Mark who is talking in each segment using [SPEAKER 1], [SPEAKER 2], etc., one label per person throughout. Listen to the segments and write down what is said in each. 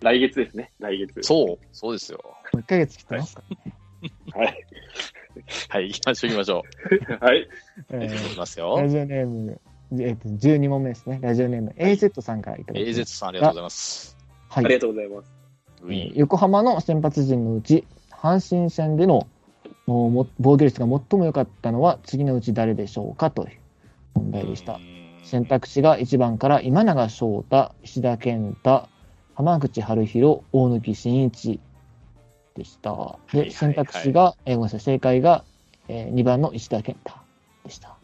[SPEAKER 1] 来月ですね、来月。
[SPEAKER 2] そう、そうですよ。
[SPEAKER 3] もう1ヶ月切ってますからね。
[SPEAKER 1] はい。
[SPEAKER 2] はい、行きましょう、行きましょ
[SPEAKER 1] はい。
[SPEAKER 3] え
[SPEAKER 2] う。
[SPEAKER 3] ー
[SPEAKER 2] 行きます
[SPEAKER 3] ラ
[SPEAKER 2] よ。
[SPEAKER 3] ジオネーム、えっと、12問目ですね。ラジオネーム、AZ さんからいただきます。
[SPEAKER 2] AZ さん、ありがとうございます。
[SPEAKER 3] は
[SPEAKER 1] ありが
[SPEAKER 3] い。
[SPEAKER 1] とうございます。
[SPEAKER 2] ウ
[SPEAKER 3] えー
[SPEAKER 2] ィーン。
[SPEAKER 3] 横浜の先発陣のうち、阪神戦でのもうも防御率が最も良かったのは次のうち誰でしょうかという問題でした。選択肢が1番から今永翔太、石田健太、浜口春弘、大貫慎一でした。
[SPEAKER 2] いはいは
[SPEAKER 3] で、
[SPEAKER 2] い
[SPEAKER 3] 選択肢が、えーごめんなさい、正解が、え2番の石田健太でした。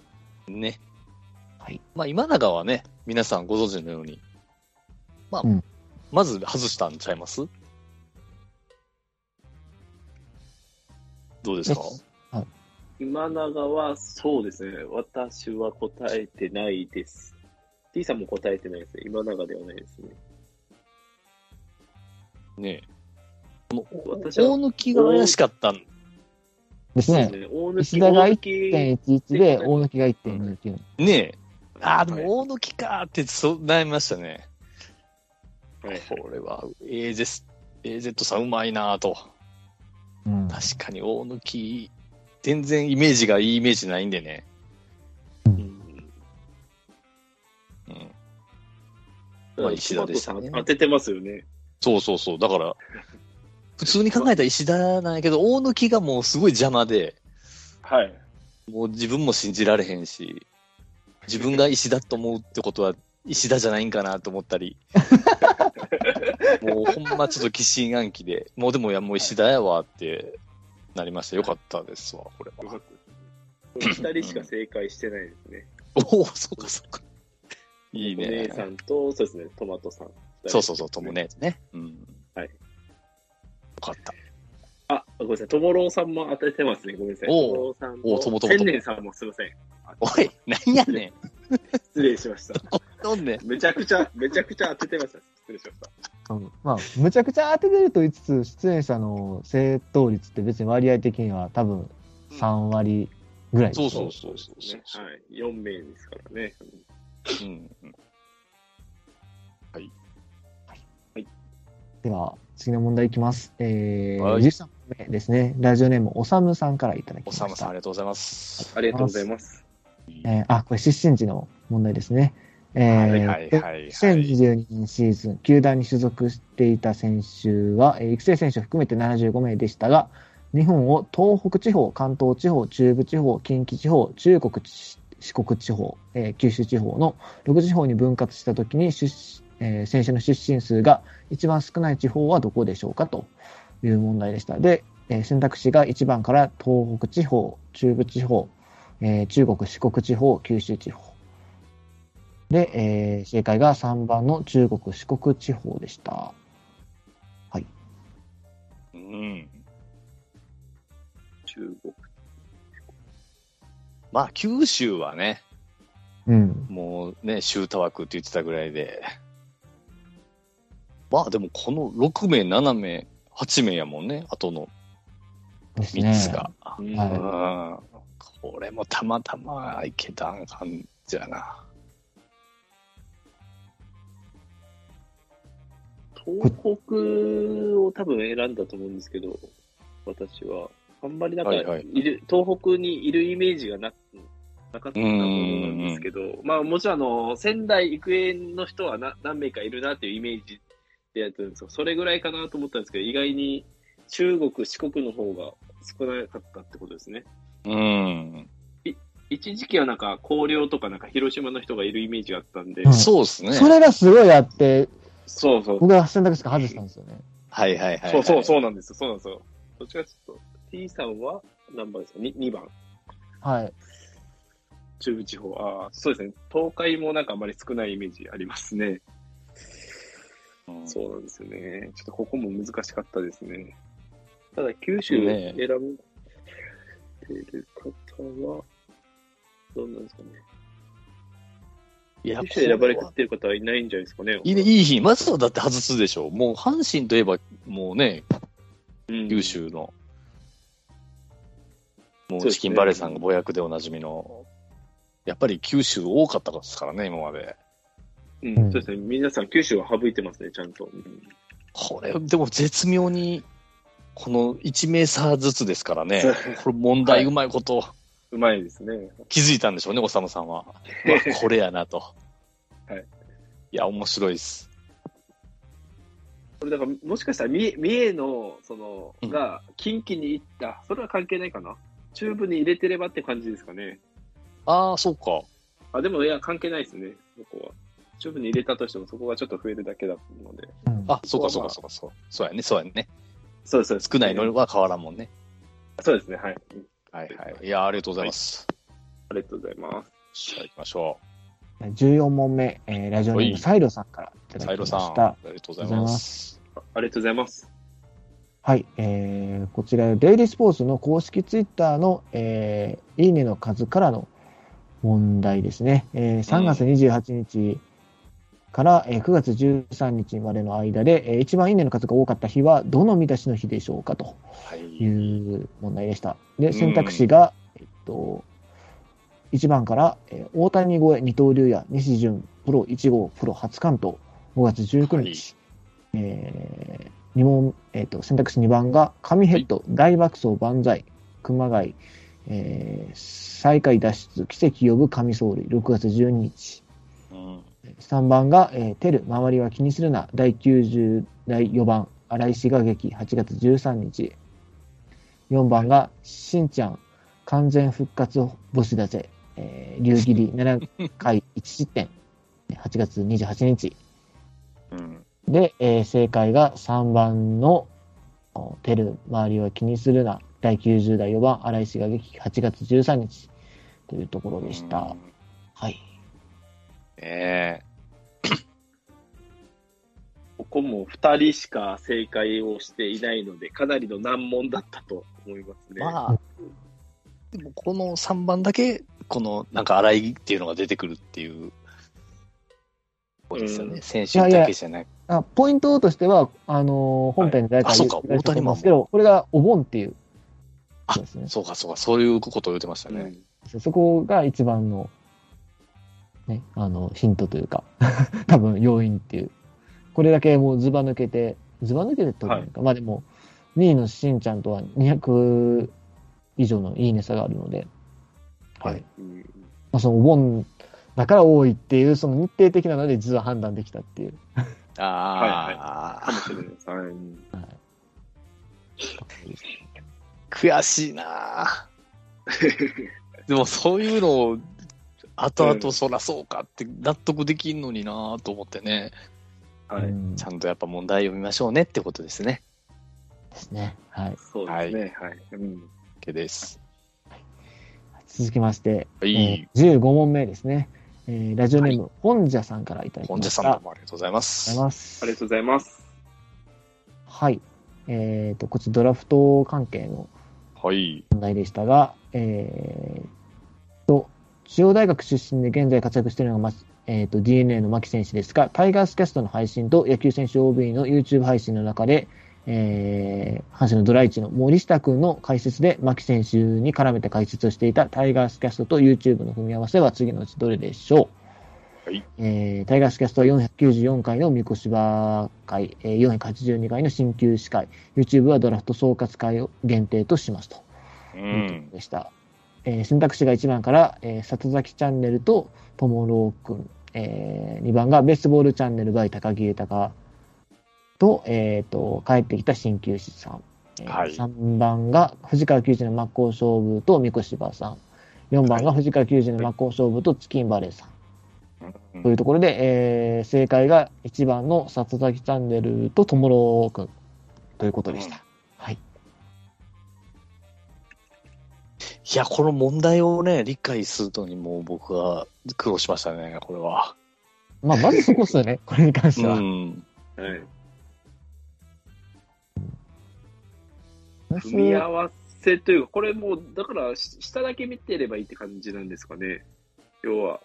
[SPEAKER 2] ね。
[SPEAKER 3] はい。
[SPEAKER 2] まあ、今永はね、皆さんご存知のように、まあ、
[SPEAKER 3] うん
[SPEAKER 2] まず外したんちゃいますどうですか
[SPEAKER 3] です
[SPEAKER 1] 今永は、そうですね。私は答えてないです。T さんも答えてないですね。今永ではないですね。
[SPEAKER 2] ね
[SPEAKER 1] 私は
[SPEAKER 2] 大、抜が怪しかったん
[SPEAKER 3] ですね。
[SPEAKER 1] ね、大貫
[SPEAKER 3] 石田が
[SPEAKER 1] 大貫
[SPEAKER 3] 1.11で大貫が1.29。
[SPEAKER 2] ねえ。ああ、で
[SPEAKER 1] はい
[SPEAKER 2] も大抜かーってそう悩みましたね。
[SPEAKER 1] はい
[SPEAKER 2] これは AZ, AZ さんうまいなぁと。
[SPEAKER 3] うん
[SPEAKER 2] 確かに大抜全然イメージがいいイメージないんでね。
[SPEAKER 1] うん
[SPEAKER 2] うん。まあ石田でした
[SPEAKER 1] トマ
[SPEAKER 2] ね
[SPEAKER 1] トさん当ててますよね。
[SPEAKER 2] そうそうそう。だ から、普通に考えたら石田なんやけど、大抜がもうすごい邪魔で、
[SPEAKER 1] はい。
[SPEAKER 2] もう自分も信じられへんし、自分が石田と思うってことは、石田じゃないんかなと思った り、もうほんまちょっと疑心暗鬼で、もうでもいや、もう石田やわってなりました。よかったですわ、これ
[SPEAKER 1] よ
[SPEAKER 2] は。
[SPEAKER 1] かったですね。二人しか正解してないですね。
[SPEAKER 2] おお、そうかそうか。いい
[SPEAKER 1] お姉
[SPEAKER 2] ね。
[SPEAKER 1] さんと、そうですね、トマトさん。
[SPEAKER 2] そうそうそう、とも。ねね。うん。
[SPEAKER 1] はい
[SPEAKER 2] よかった。
[SPEAKER 1] あ、ごめんなさい。ともろうさんも当ててますね。ごめんなさい。
[SPEAKER 2] おう
[SPEAKER 1] ともろうさん
[SPEAKER 2] おうともともとも
[SPEAKER 1] 千年さんもすいません。
[SPEAKER 2] お い、なんやねん。
[SPEAKER 1] 失礼しました。
[SPEAKER 2] どんねん。
[SPEAKER 1] めちゃくちゃ、めちゃくちゃ当ててました。失礼しました。
[SPEAKER 3] うんまあ、むちゃくちゃ当ててると言いつつ、出演者の正答率って別に割合的には多分3割ぐらいです
[SPEAKER 2] そ
[SPEAKER 3] よ
[SPEAKER 2] うそうそうそうそう
[SPEAKER 1] ね、はい。4名ですからね。
[SPEAKER 2] うん。うん
[SPEAKER 3] では、次の問題いきます。えー、
[SPEAKER 2] はい
[SPEAKER 3] 13問目ですね。ラジオネーム、おさむさんからいただき
[SPEAKER 2] お
[SPEAKER 3] ま
[SPEAKER 2] さま
[SPEAKER 3] し
[SPEAKER 2] さん、あ
[SPEAKER 3] た。
[SPEAKER 2] りがとうございます。
[SPEAKER 1] ありがとうございます。
[SPEAKER 3] えーあ、これ、出身地の問題ですね。えー
[SPEAKER 2] はいはいはいはい
[SPEAKER 3] 2022年シーズン、球団に所属していた選手は、えー育成選手を含めて75名でしたが、日本を東北地方、関東地方、中部地方、近畿地方、中国地、四国地方、えー九州地方の6地方に分割したときに出し、えー選手の出身数が一番少ない地方はどこでしょうかという問題でした。で、えー選択肢が1番から東北地方、中部地方、えー中国、四国地方、九州地方。で、えー正解が3番の中国、四国地方でした。
[SPEAKER 2] うん。
[SPEAKER 1] 中国。
[SPEAKER 2] まあ、九州はね、
[SPEAKER 3] うん。
[SPEAKER 2] もうね、州太枠って言ってたぐらいで。まあ、でもこの6名、7名、8名やもんね、あとの
[SPEAKER 3] ですね。
[SPEAKER 2] 3つが。
[SPEAKER 1] うん
[SPEAKER 3] はい
[SPEAKER 2] うん。これもたまたまいけたん感じやな。
[SPEAKER 1] 東北を多分選んだと思うんですけど、私は。あんまりなんか、
[SPEAKER 2] はいいはい
[SPEAKER 1] る東北にいるイメージがななかったと思うんですけど、まあもちろんあの、仙台育英の人はな何名かいるなっていうイメージでやってるんですけど、それぐらいかなと思ったんですけど、意外に中国、四国の方が少なかったってことですね。
[SPEAKER 2] うん。
[SPEAKER 1] 一時期はなんか、広陵とかなんか広島の人がいるイメージがあったんで、
[SPEAKER 3] うん
[SPEAKER 2] そうですね。
[SPEAKER 3] それがすごいあって、
[SPEAKER 1] そうそう、
[SPEAKER 3] 僕は選択肢から外したんですよね。
[SPEAKER 2] はいはいはいはい。
[SPEAKER 1] そうそう、そうなんですよ、そうなんですよ。どっちかちょっと、T さんは何番ですか 2, 番。
[SPEAKER 3] はい。
[SPEAKER 1] 中部地方。ああ、そうですね。東海もなんかあまり少ないイメージありますね。
[SPEAKER 2] うん
[SPEAKER 1] そうなんですよね。ちょっとここも難しかったですね。ただ、九州
[SPEAKER 2] ね
[SPEAKER 1] 選ぶてる方は、どうなんですかね。
[SPEAKER 2] いや
[SPEAKER 1] 九州選ばれてる方はいないんじゃないですかね。
[SPEAKER 2] いいね、いい日。まずはだって外すでしょ。もう阪神といえば、もうね、
[SPEAKER 1] うん
[SPEAKER 2] 九。州の、も
[SPEAKER 1] そうです
[SPEAKER 2] う
[SPEAKER 1] ね
[SPEAKER 2] チキンバレーさんが母役でおなじみの、やっぱり九州多かったですからね、今まで。
[SPEAKER 1] うん、そうですね。皆さん九州は省いてますね、ちゃんと。うん
[SPEAKER 2] これ、でも絶妙に、この1名差ずつですからね。これ問題うまいこと
[SPEAKER 1] うまいですね。
[SPEAKER 2] 気づいたんでしょうね、おさむさんは。 まあこれやなと。
[SPEAKER 1] はい。
[SPEAKER 2] いや、面白いです。
[SPEAKER 1] これだから、もしかしたら三重、三重の、その
[SPEAKER 2] う、ん
[SPEAKER 1] が、近畿に行った。それは関係ないかな。中部に入れてればって感じですかね。
[SPEAKER 2] ああ、そうか。
[SPEAKER 1] あ、でも、いや、関係ないですね。そこは。中部に入れたとしても、そこがちょっと増えるだけだと思うので。
[SPEAKER 3] うん
[SPEAKER 2] あ、そう
[SPEAKER 1] そ
[SPEAKER 2] か、そうう
[SPEAKER 1] まあ
[SPEAKER 2] か、そうか、そう。そうやね、そうやね。
[SPEAKER 1] そうです、そうです。
[SPEAKER 2] 少ないのは変わらんもんね。
[SPEAKER 1] そうですね、はい。
[SPEAKER 2] はいはい。いや、ありがとうございます。
[SPEAKER 1] ありがとうございます。
[SPEAKER 2] じゃあ行きましょ
[SPEAKER 3] 14問目、えーラジオネームサイロさんからいた
[SPEAKER 2] う。
[SPEAKER 3] だ
[SPEAKER 2] サイ
[SPEAKER 3] き
[SPEAKER 2] ロ
[SPEAKER 3] まし
[SPEAKER 2] さん、
[SPEAKER 3] た
[SPEAKER 2] あ。りがとうございます。
[SPEAKER 1] あありがとうございます。
[SPEAKER 3] はい、えーこちら、デイリースポーツの公式ツイッターの、えーいいねの数からの問題ですね。えー3月28日から、えー9月13日までの間で、えー一番いいねの数が多かった日は、どの見出しの日でしょうかと
[SPEAKER 2] はいい。
[SPEAKER 3] う問題でした。で、選択肢が、えっと、1番から、えー大谷超え二刀流や西潤、プロ1号、プロ初関東、5月19
[SPEAKER 2] はい
[SPEAKER 3] 日。えー、2問、えー、と選択肢2番が紙ヘッド、大爆走万歳熊谷、えー最下位脱出奇跡呼ぶ神総類6月12日
[SPEAKER 2] うん
[SPEAKER 3] 3番が、えーテル周りは気にするな第90第4番荒井志賀劇8月13日4番がしんちゃん完全復活星だぜ、えー、竜切り7回1失点8月28日
[SPEAKER 2] うん。
[SPEAKER 3] で、えー正解が3番のおテル、周りは気にするな、第90代4番、荒井氏が激、8月13日というところでした。
[SPEAKER 2] うん
[SPEAKER 3] はい。
[SPEAKER 2] ねえ。
[SPEAKER 1] ここも2人しか正解をしていないので、かなりの難問だったと思いますね。
[SPEAKER 2] まあ、でもこの3番だけ、このなんか洗いっていうのが出てくるっていう、そうですよ
[SPEAKER 1] う
[SPEAKER 2] ね、
[SPEAKER 1] ん
[SPEAKER 2] 選手だけじゃない。
[SPEAKER 3] あポイントとしては、あのー本編で誰か
[SPEAKER 2] あそうか
[SPEAKER 3] 言ってたと思うんですけ
[SPEAKER 2] 大谷マン
[SPEAKER 3] ど、これがお盆っていう
[SPEAKER 2] あ
[SPEAKER 3] そうですね。
[SPEAKER 2] そうか、そうか、そういうことを言ってました
[SPEAKER 1] う
[SPEAKER 2] ね。
[SPEAKER 1] ん
[SPEAKER 3] そこが一番の、ね、あの、ヒントというか、 多分要因っていう。これだけもうずば抜けて、ずば抜けてというか、まあでも、2位のしんちゃんとは200以上のいいね差があるので、
[SPEAKER 2] はい
[SPEAKER 1] うん
[SPEAKER 3] まあ、そのお盆だから多いっていう、その日程的なので実は判断できたっていう。
[SPEAKER 2] ああ、
[SPEAKER 1] かもしれないです。はいうん
[SPEAKER 2] 悔しいなあでもそういうのを、後
[SPEAKER 1] うん
[SPEAKER 2] 々そらそうかって納得できんのになあと思ってね、
[SPEAKER 1] は
[SPEAKER 3] う
[SPEAKER 1] い。
[SPEAKER 3] ん
[SPEAKER 2] ちゃんとやっぱ問題読みましょうねってことですね。
[SPEAKER 3] ですね。はい。
[SPEAKER 1] そうですね。はい。うん。
[SPEAKER 2] OK です。
[SPEAKER 3] 続きまして、
[SPEAKER 2] は
[SPEAKER 3] え
[SPEAKER 2] い。
[SPEAKER 3] ー15問目ですね。えーラジオネーム、本社さんからいただきま
[SPEAKER 2] 本
[SPEAKER 3] し
[SPEAKER 2] 社さ
[SPEAKER 3] た。
[SPEAKER 2] んどうもありがとうございま
[SPEAKER 3] あり
[SPEAKER 2] す
[SPEAKER 3] がとうござい。ます。
[SPEAKER 1] ありがとうございます。
[SPEAKER 3] はい。えっ、と、こっちドラフト関係の
[SPEAKER 2] はい。
[SPEAKER 3] 問題でしたが、えー、と、中央大学出身で現在活躍しているのが、まえー、と DNA の牧選手ですが、タイガースキャストの配信と野球選手 OB の YouTube 配信の中で、えー、阪神のドライチの森下君の解説で牧選手に絡めて解説をしていたタイガースキャストと YouTube の組み合わせは次のうちどれでしょう、
[SPEAKER 2] はい
[SPEAKER 3] えータイガースキャストは494回の三越芝会、えー、482回の新旧司会、YouTube はドラフト総括会を限定としますと。
[SPEAKER 2] う
[SPEAKER 3] というとこ
[SPEAKER 2] ん
[SPEAKER 3] ろ。でした。えー選択肢が1番から、えー里崎チャンネルとともろうくん、え2番がベースボールチャンネル by 高木豊と,、えー、と帰ってきた鍼灸師さん、え
[SPEAKER 2] はい
[SPEAKER 3] 3番が藤川球児の真っ向勝負と三越芝さん4番が藤川球児の真っ向勝負とチキンバレーさん、
[SPEAKER 2] うん
[SPEAKER 3] というところで、えー正解が1番の里崎チャンネルとともろうくんということでした。はい、
[SPEAKER 2] いや、この問題をね、理解するのにもう僕は苦労しましたね、これは。
[SPEAKER 3] まあ、まずそこっす よね、これに関しては。
[SPEAKER 2] ん。
[SPEAKER 1] はい。
[SPEAKER 3] 私
[SPEAKER 1] 組み合わせというか、これもう、だから、し下だけ見てればいいって感じなんですかね。要は、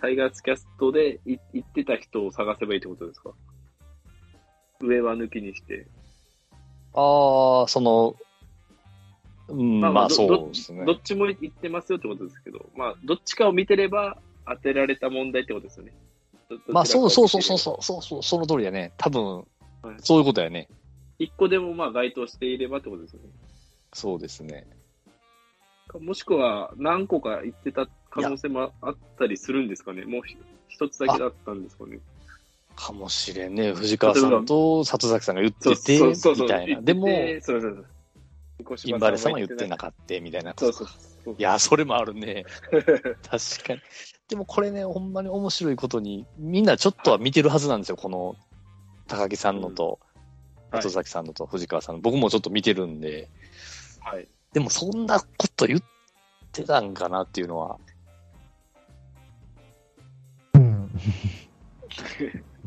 [SPEAKER 1] タイガースキャストでい行ってた人を探せばいいってことですか。上は抜きにして。
[SPEAKER 2] ああ、その、うん、まあ、
[SPEAKER 1] ど
[SPEAKER 2] そうですね
[SPEAKER 1] ど。っちも行ってますよってことですけど、まあ、どっちかを見てれば当てられた問題ってことですよね。ど
[SPEAKER 2] まあ、そうそうそうそう
[SPEAKER 1] う。
[SPEAKER 2] そう、そうそう、その通りだね。多分、
[SPEAKER 1] はい
[SPEAKER 2] そういうことやね。
[SPEAKER 1] 一個でもまあ該当していればってことですよね。
[SPEAKER 2] そうですね。
[SPEAKER 1] かもしくは何個か行ってた可能性もあったりするんですかね。もうひ一つだけだったんですかね。
[SPEAKER 2] かもしれんね。藤川さんと里崎さんが言ってて、みたいな。でも、
[SPEAKER 1] 行っててそうそうそう。彦
[SPEAKER 2] イ
[SPEAKER 1] 島
[SPEAKER 2] ンバレさんは言って
[SPEAKER 1] い。
[SPEAKER 2] なかった、みたいな。
[SPEAKER 1] そうそうそう。
[SPEAKER 2] いや、それもあるね。確かに。でもこれね、ほんまに面白いことに、みんなちょっとは見てるはずなんですよ、この高木さんのと、
[SPEAKER 1] はい
[SPEAKER 2] 後崎さんのと藤川さんの、僕もちょっと見てるんで、
[SPEAKER 1] はい。
[SPEAKER 2] でもそんなこと言ってたんかなっていうのは、
[SPEAKER 3] うん。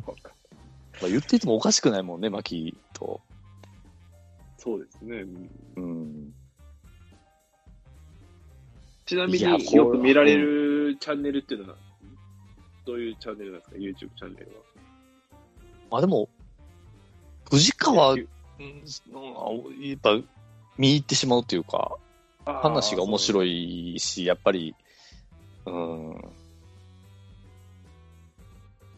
[SPEAKER 2] まあ、言っててもおかしくないもんね、牧と。
[SPEAKER 1] そうですね。
[SPEAKER 2] うん。
[SPEAKER 1] ちなみ
[SPEAKER 2] いやこ
[SPEAKER 1] に
[SPEAKER 2] れ
[SPEAKER 1] よく見られるチャンネルっていうのは、どういうチャンネルなんですか ?YouTube チャンネルは。
[SPEAKER 2] まあでも、藤川、うん
[SPEAKER 1] 野球
[SPEAKER 2] やっぱ、見入ってしまうというか、
[SPEAKER 1] あー
[SPEAKER 2] 話が面
[SPEAKER 1] そう
[SPEAKER 2] 白いし、やっぱり、うん。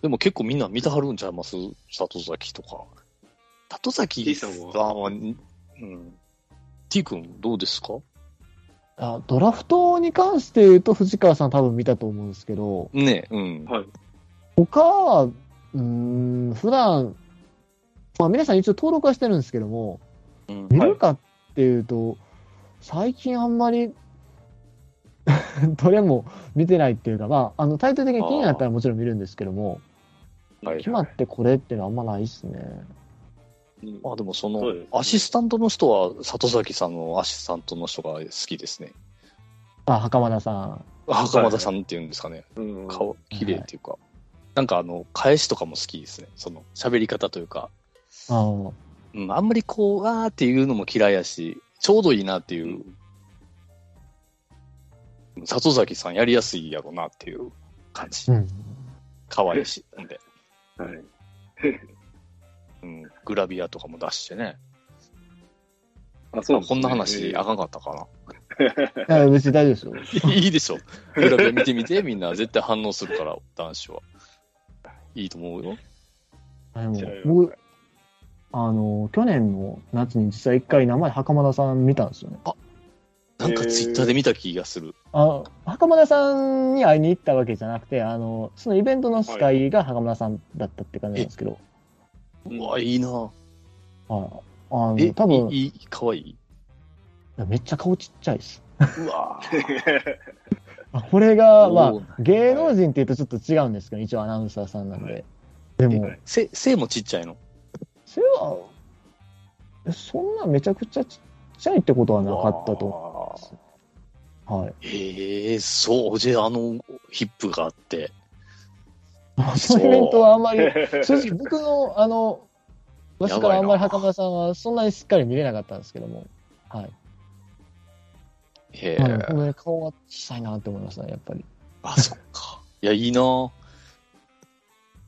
[SPEAKER 2] でも結構みんな見たはるんちゃいます里崎とか。里崎
[SPEAKER 1] T さんは
[SPEAKER 2] はうん。T 君どうですか
[SPEAKER 3] あドラフトに関して言うと、藤川さん多分見たと思うんですけど、
[SPEAKER 2] ねえ、うん。
[SPEAKER 1] はい。
[SPEAKER 3] 他は、うーん、普段、まあ皆さん一応登録はしてるんですけども、
[SPEAKER 2] うん
[SPEAKER 3] 見るかっていうと、最近あんまり、 どれも見てないっていうか、まあ、あの、タイトル的に気になったらもちろん見るんですけども、
[SPEAKER 2] はい
[SPEAKER 3] 決まってこれっていうのはあんまないですね。
[SPEAKER 1] うん
[SPEAKER 2] まあでもそ
[SPEAKER 1] そう
[SPEAKER 2] の
[SPEAKER 1] ですね、
[SPEAKER 2] アシスタントの人は、里崎さんのアシスタントの人が好きですね。
[SPEAKER 3] あ、袴田さん。
[SPEAKER 2] 袴田さんっていうんですかね。
[SPEAKER 1] うん
[SPEAKER 2] 顔、綺麗っていうか。なんかあの、返しとかも好きですね。その、喋り方というか。
[SPEAKER 3] あの
[SPEAKER 2] うん、あんまりこう、わーっていうのも嫌いやし、ちょうどいいなっていう、里崎さんやりやすいやろなっていう感じ
[SPEAKER 3] う。 ん。
[SPEAKER 2] 可愛いし、ほんで。
[SPEAKER 1] はい。
[SPEAKER 2] うん、グラビアとかも出してね。
[SPEAKER 1] あ、そうですね、
[SPEAKER 2] こんな話、
[SPEAKER 1] えー
[SPEAKER 2] あかんかったか
[SPEAKER 3] いや別に大丈夫ですよ。
[SPEAKER 2] な。 いいでしょ。グラビア見てみて、みんな絶対反応するから、男子は。いいと思うよ。
[SPEAKER 3] あの
[SPEAKER 1] じゃあ
[SPEAKER 3] 僕、あの、去年の夏に実際一回生で袴田さん見たんですよね。
[SPEAKER 2] なんかツイッターで見た気がする。
[SPEAKER 3] あ袴田さんに会いに行ったわけじゃなくて、あの、そのイベントの司会が袴田さんだったって感じなんですけど、
[SPEAKER 1] うん
[SPEAKER 2] うわ、いいな
[SPEAKER 3] はい。あ
[SPEAKER 2] え
[SPEAKER 3] の、、多分、い
[SPEAKER 2] いい、可愛い
[SPEAKER 3] やめっちゃ顔ちっちゃいです。
[SPEAKER 2] うわ
[SPEAKER 3] あこれが、
[SPEAKER 2] おー
[SPEAKER 3] まあ、芸能人って言うとちょっと違うんですけど、一応アナウンサーさんなんで。
[SPEAKER 1] はい
[SPEAKER 3] でも、
[SPEAKER 2] せ、背もちっちゃいの。
[SPEAKER 3] それは、えそんなめちゃくちゃちっちゃいってことはなかったと思
[SPEAKER 2] と
[SPEAKER 3] すはい。
[SPEAKER 2] ええそう、じゃあ、あの、ヒップがあって。
[SPEAKER 3] そのイベントはあんまり、 正直僕の、あの、私からあんま
[SPEAKER 2] やばい
[SPEAKER 3] り
[SPEAKER 2] な
[SPEAKER 3] 袴田さんはそんなにしっかり見れなかったんですけども、はい。
[SPEAKER 2] へえ、
[SPEAKER 3] うん、この顔は小さいなって思いますね、やっぱり。
[SPEAKER 2] あ、そっか。いや、いいな。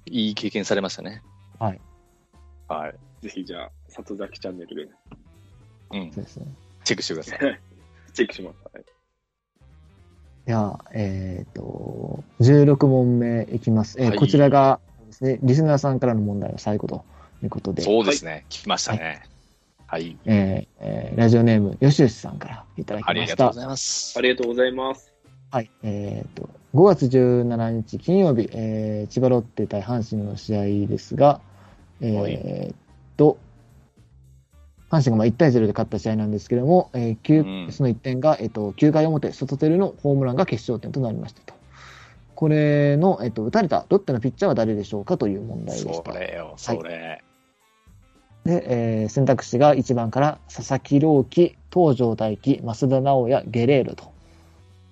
[SPEAKER 2] いい経験されましたね。
[SPEAKER 3] はい。
[SPEAKER 2] はい。
[SPEAKER 1] ぜひじゃあ、里崎チャンネルで
[SPEAKER 2] うん
[SPEAKER 3] そ。うですね。
[SPEAKER 2] チェックしてください。
[SPEAKER 1] チェックします。はい
[SPEAKER 3] では、えっ、と、16問目いきます。えー
[SPEAKER 2] はい
[SPEAKER 3] こちらがですね、リスナーさんからの問題が最後ということで、
[SPEAKER 2] そうですね。聞きましたね。はい。
[SPEAKER 3] えーえーラジオネーム、よしよしさんからいただき
[SPEAKER 2] あ
[SPEAKER 3] ま
[SPEAKER 2] りが
[SPEAKER 3] し
[SPEAKER 2] とう
[SPEAKER 3] た
[SPEAKER 2] ご。ざいます
[SPEAKER 1] あ。りがとうございます。
[SPEAKER 3] はい、えー、と、5月17日金曜日、えー千葉ロッテ対阪神の試合ですが、えー
[SPEAKER 2] は
[SPEAKER 3] と、阪神がまあ1対0で勝った試合なんですけれども、えー九
[SPEAKER 2] うん
[SPEAKER 3] その1点が、えー、と9回表、外テルのホームランが決勝点となりましたと。これの、えー、と打たれたロッテのピッチャーは誰でしょうかという問題でし
[SPEAKER 2] そ
[SPEAKER 3] た。で、
[SPEAKER 2] れよ、それ。
[SPEAKER 3] えー選択肢が1番から佐々木朗希、東條大輝、増田直也、ゲレーロと。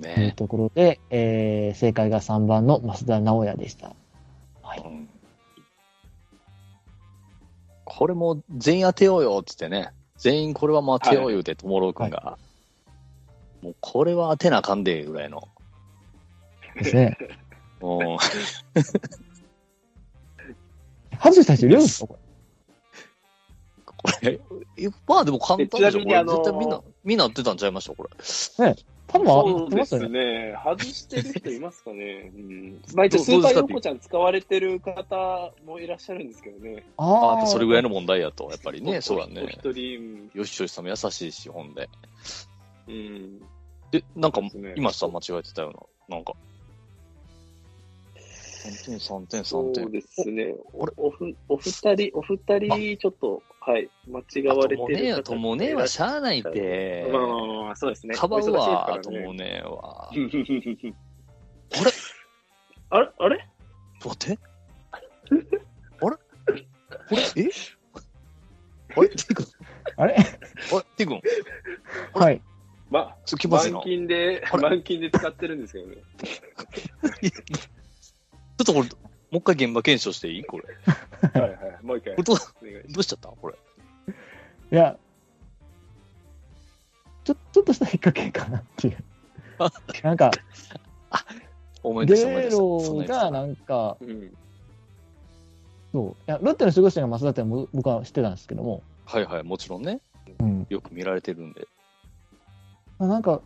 [SPEAKER 3] という
[SPEAKER 2] ね。
[SPEAKER 3] ところで、えー正解が3番の増田直也でした。はい
[SPEAKER 2] うんこれも全員当てようよって言ってね。全員これはもう当てよう言うて、ともろうくんが。もうこれは当てなあかんで、ぐらいの。
[SPEAKER 3] ですね。
[SPEAKER 2] うん。
[SPEAKER 3] 外した人いるんですかこ
[SPEAKER 2] これ、えまあでも簡単でしょ、
[SPEAKER 1] えちなみに
[SPEAKER 2] これ
[SPEAKER 1] あのー
[SPEAKER 2] 絶対みんな、みんなやってたんちゃいました、これ。
[SPEAKER 3] れ。ね。多分
[SPEAKER 1] そ
[SPEAKER 3] あ
[SPEAKER 1] う
[SPEAKER 3] ってま
[SPEAKER 1] です
[SPEAKER 3] よ
[SPEAKER 1] す
[SPEAKER 3] ね。
[SPEAKER 1] ね。外してる人いますかね。うん。毎日
[SPEAKER 2] どう
[SPEAKER 1] スーパー
[SPEAKER 2] どうですか
[SPEAKER 1] ヨーコちゃん使われてる方もいらっしゃるんですけどね。
[SPEAKER 2] あ
[SPEAKER 3] あ
[SPEAKER 2] あ、
[SPEAKER 3] あ、
[SPEAKER 2] それぐらい
[SPEAKER 3] の。
[SPEAKER 2] の問題やと、やっぱりね、そうだ
[SPEAKER 1] お
[SPEAKER 2] ね。
[SPEAKER 1] 一人、
[SPEAKER 2] よしよしさんも優しいし、ほんで。
[SPEAKER 1] うんうん。
[SPEAKER 2] で、なんか
[SPEAKER 1] そうですね、
[SPEAKER 2] 今さ、間違えてたよな。なんか。3点、3点、3
[SPEAKER 1] そう
[SPEAKER 2] 点。
[SPEAKER 1] ですね。
[SPEAKER 2] お
[SPEAKER 1] おおふお二人、お二人、ちょっと、はい、間違われ
[SPEAKER 2] とも
[SPEAKER 1] て
[SPEAKER 2] ねえ
[SPEAKER 1] る
[SPEAKER 2] は、ともねえはしゃあないって。
[SPEAKER 1] まあまあまあまあ、そうですね。
[SPEAKER 2] かばうわ、と
[SPEAKER 1] お忙しい
[SPEAKER 2] もねえは。あれ
[SPEAKER 1] ですからね あれあれ
[SPEAKER 2] 待って。あ れこれえあれティ君
[SPEAKER 3] あれ
[SPEAKER 2] あれティ君
[SPEAKER 3] はい。
[SPEAKER 1] ま、
[SPEAKER 2] ちょっと気持ちいいな。
[SPEAKER 1] 満金で、
[SPEAKER 2] あれ
[SPEAKER 1] 満金で使ってるんですけどね。
[SPEAKER 2] ちょっとこれ、もう一回現場検証していいこれ。
[SPEAKER 1] はいはい。もう一回。
[SPEAKER 2] どう
[SPEAKER 1] お願いします
[SPEAKER 2] どうしちゃったこれ。
[SPEAKER 3] いや、ちょ、ちょっとした引っ掛けかなっ ていう
[SPEAKER 2] あ。
[SPEAKER 3] なんか、
[SPEAKER 2] 思い出した、思い
[SPEAKER 3] ゲ
[SPEAKER 2] 出
[SPEAKER 3] ロ
[SPEAKER 2] した。そんなやつ
[SPEAKER 3] がなんか、
[SPEAKER 1] うん。
[SPEAKER 3] そう。いや、ロッテの守護神が増田っても僕は知ってたんですけども、
[SPEAKER 2] はいはい、もちろんね。
[SPEAKER 3] うん。
[SPEAKER 2] よく見られてるんで。
[SPEAKER 3] まあなんか、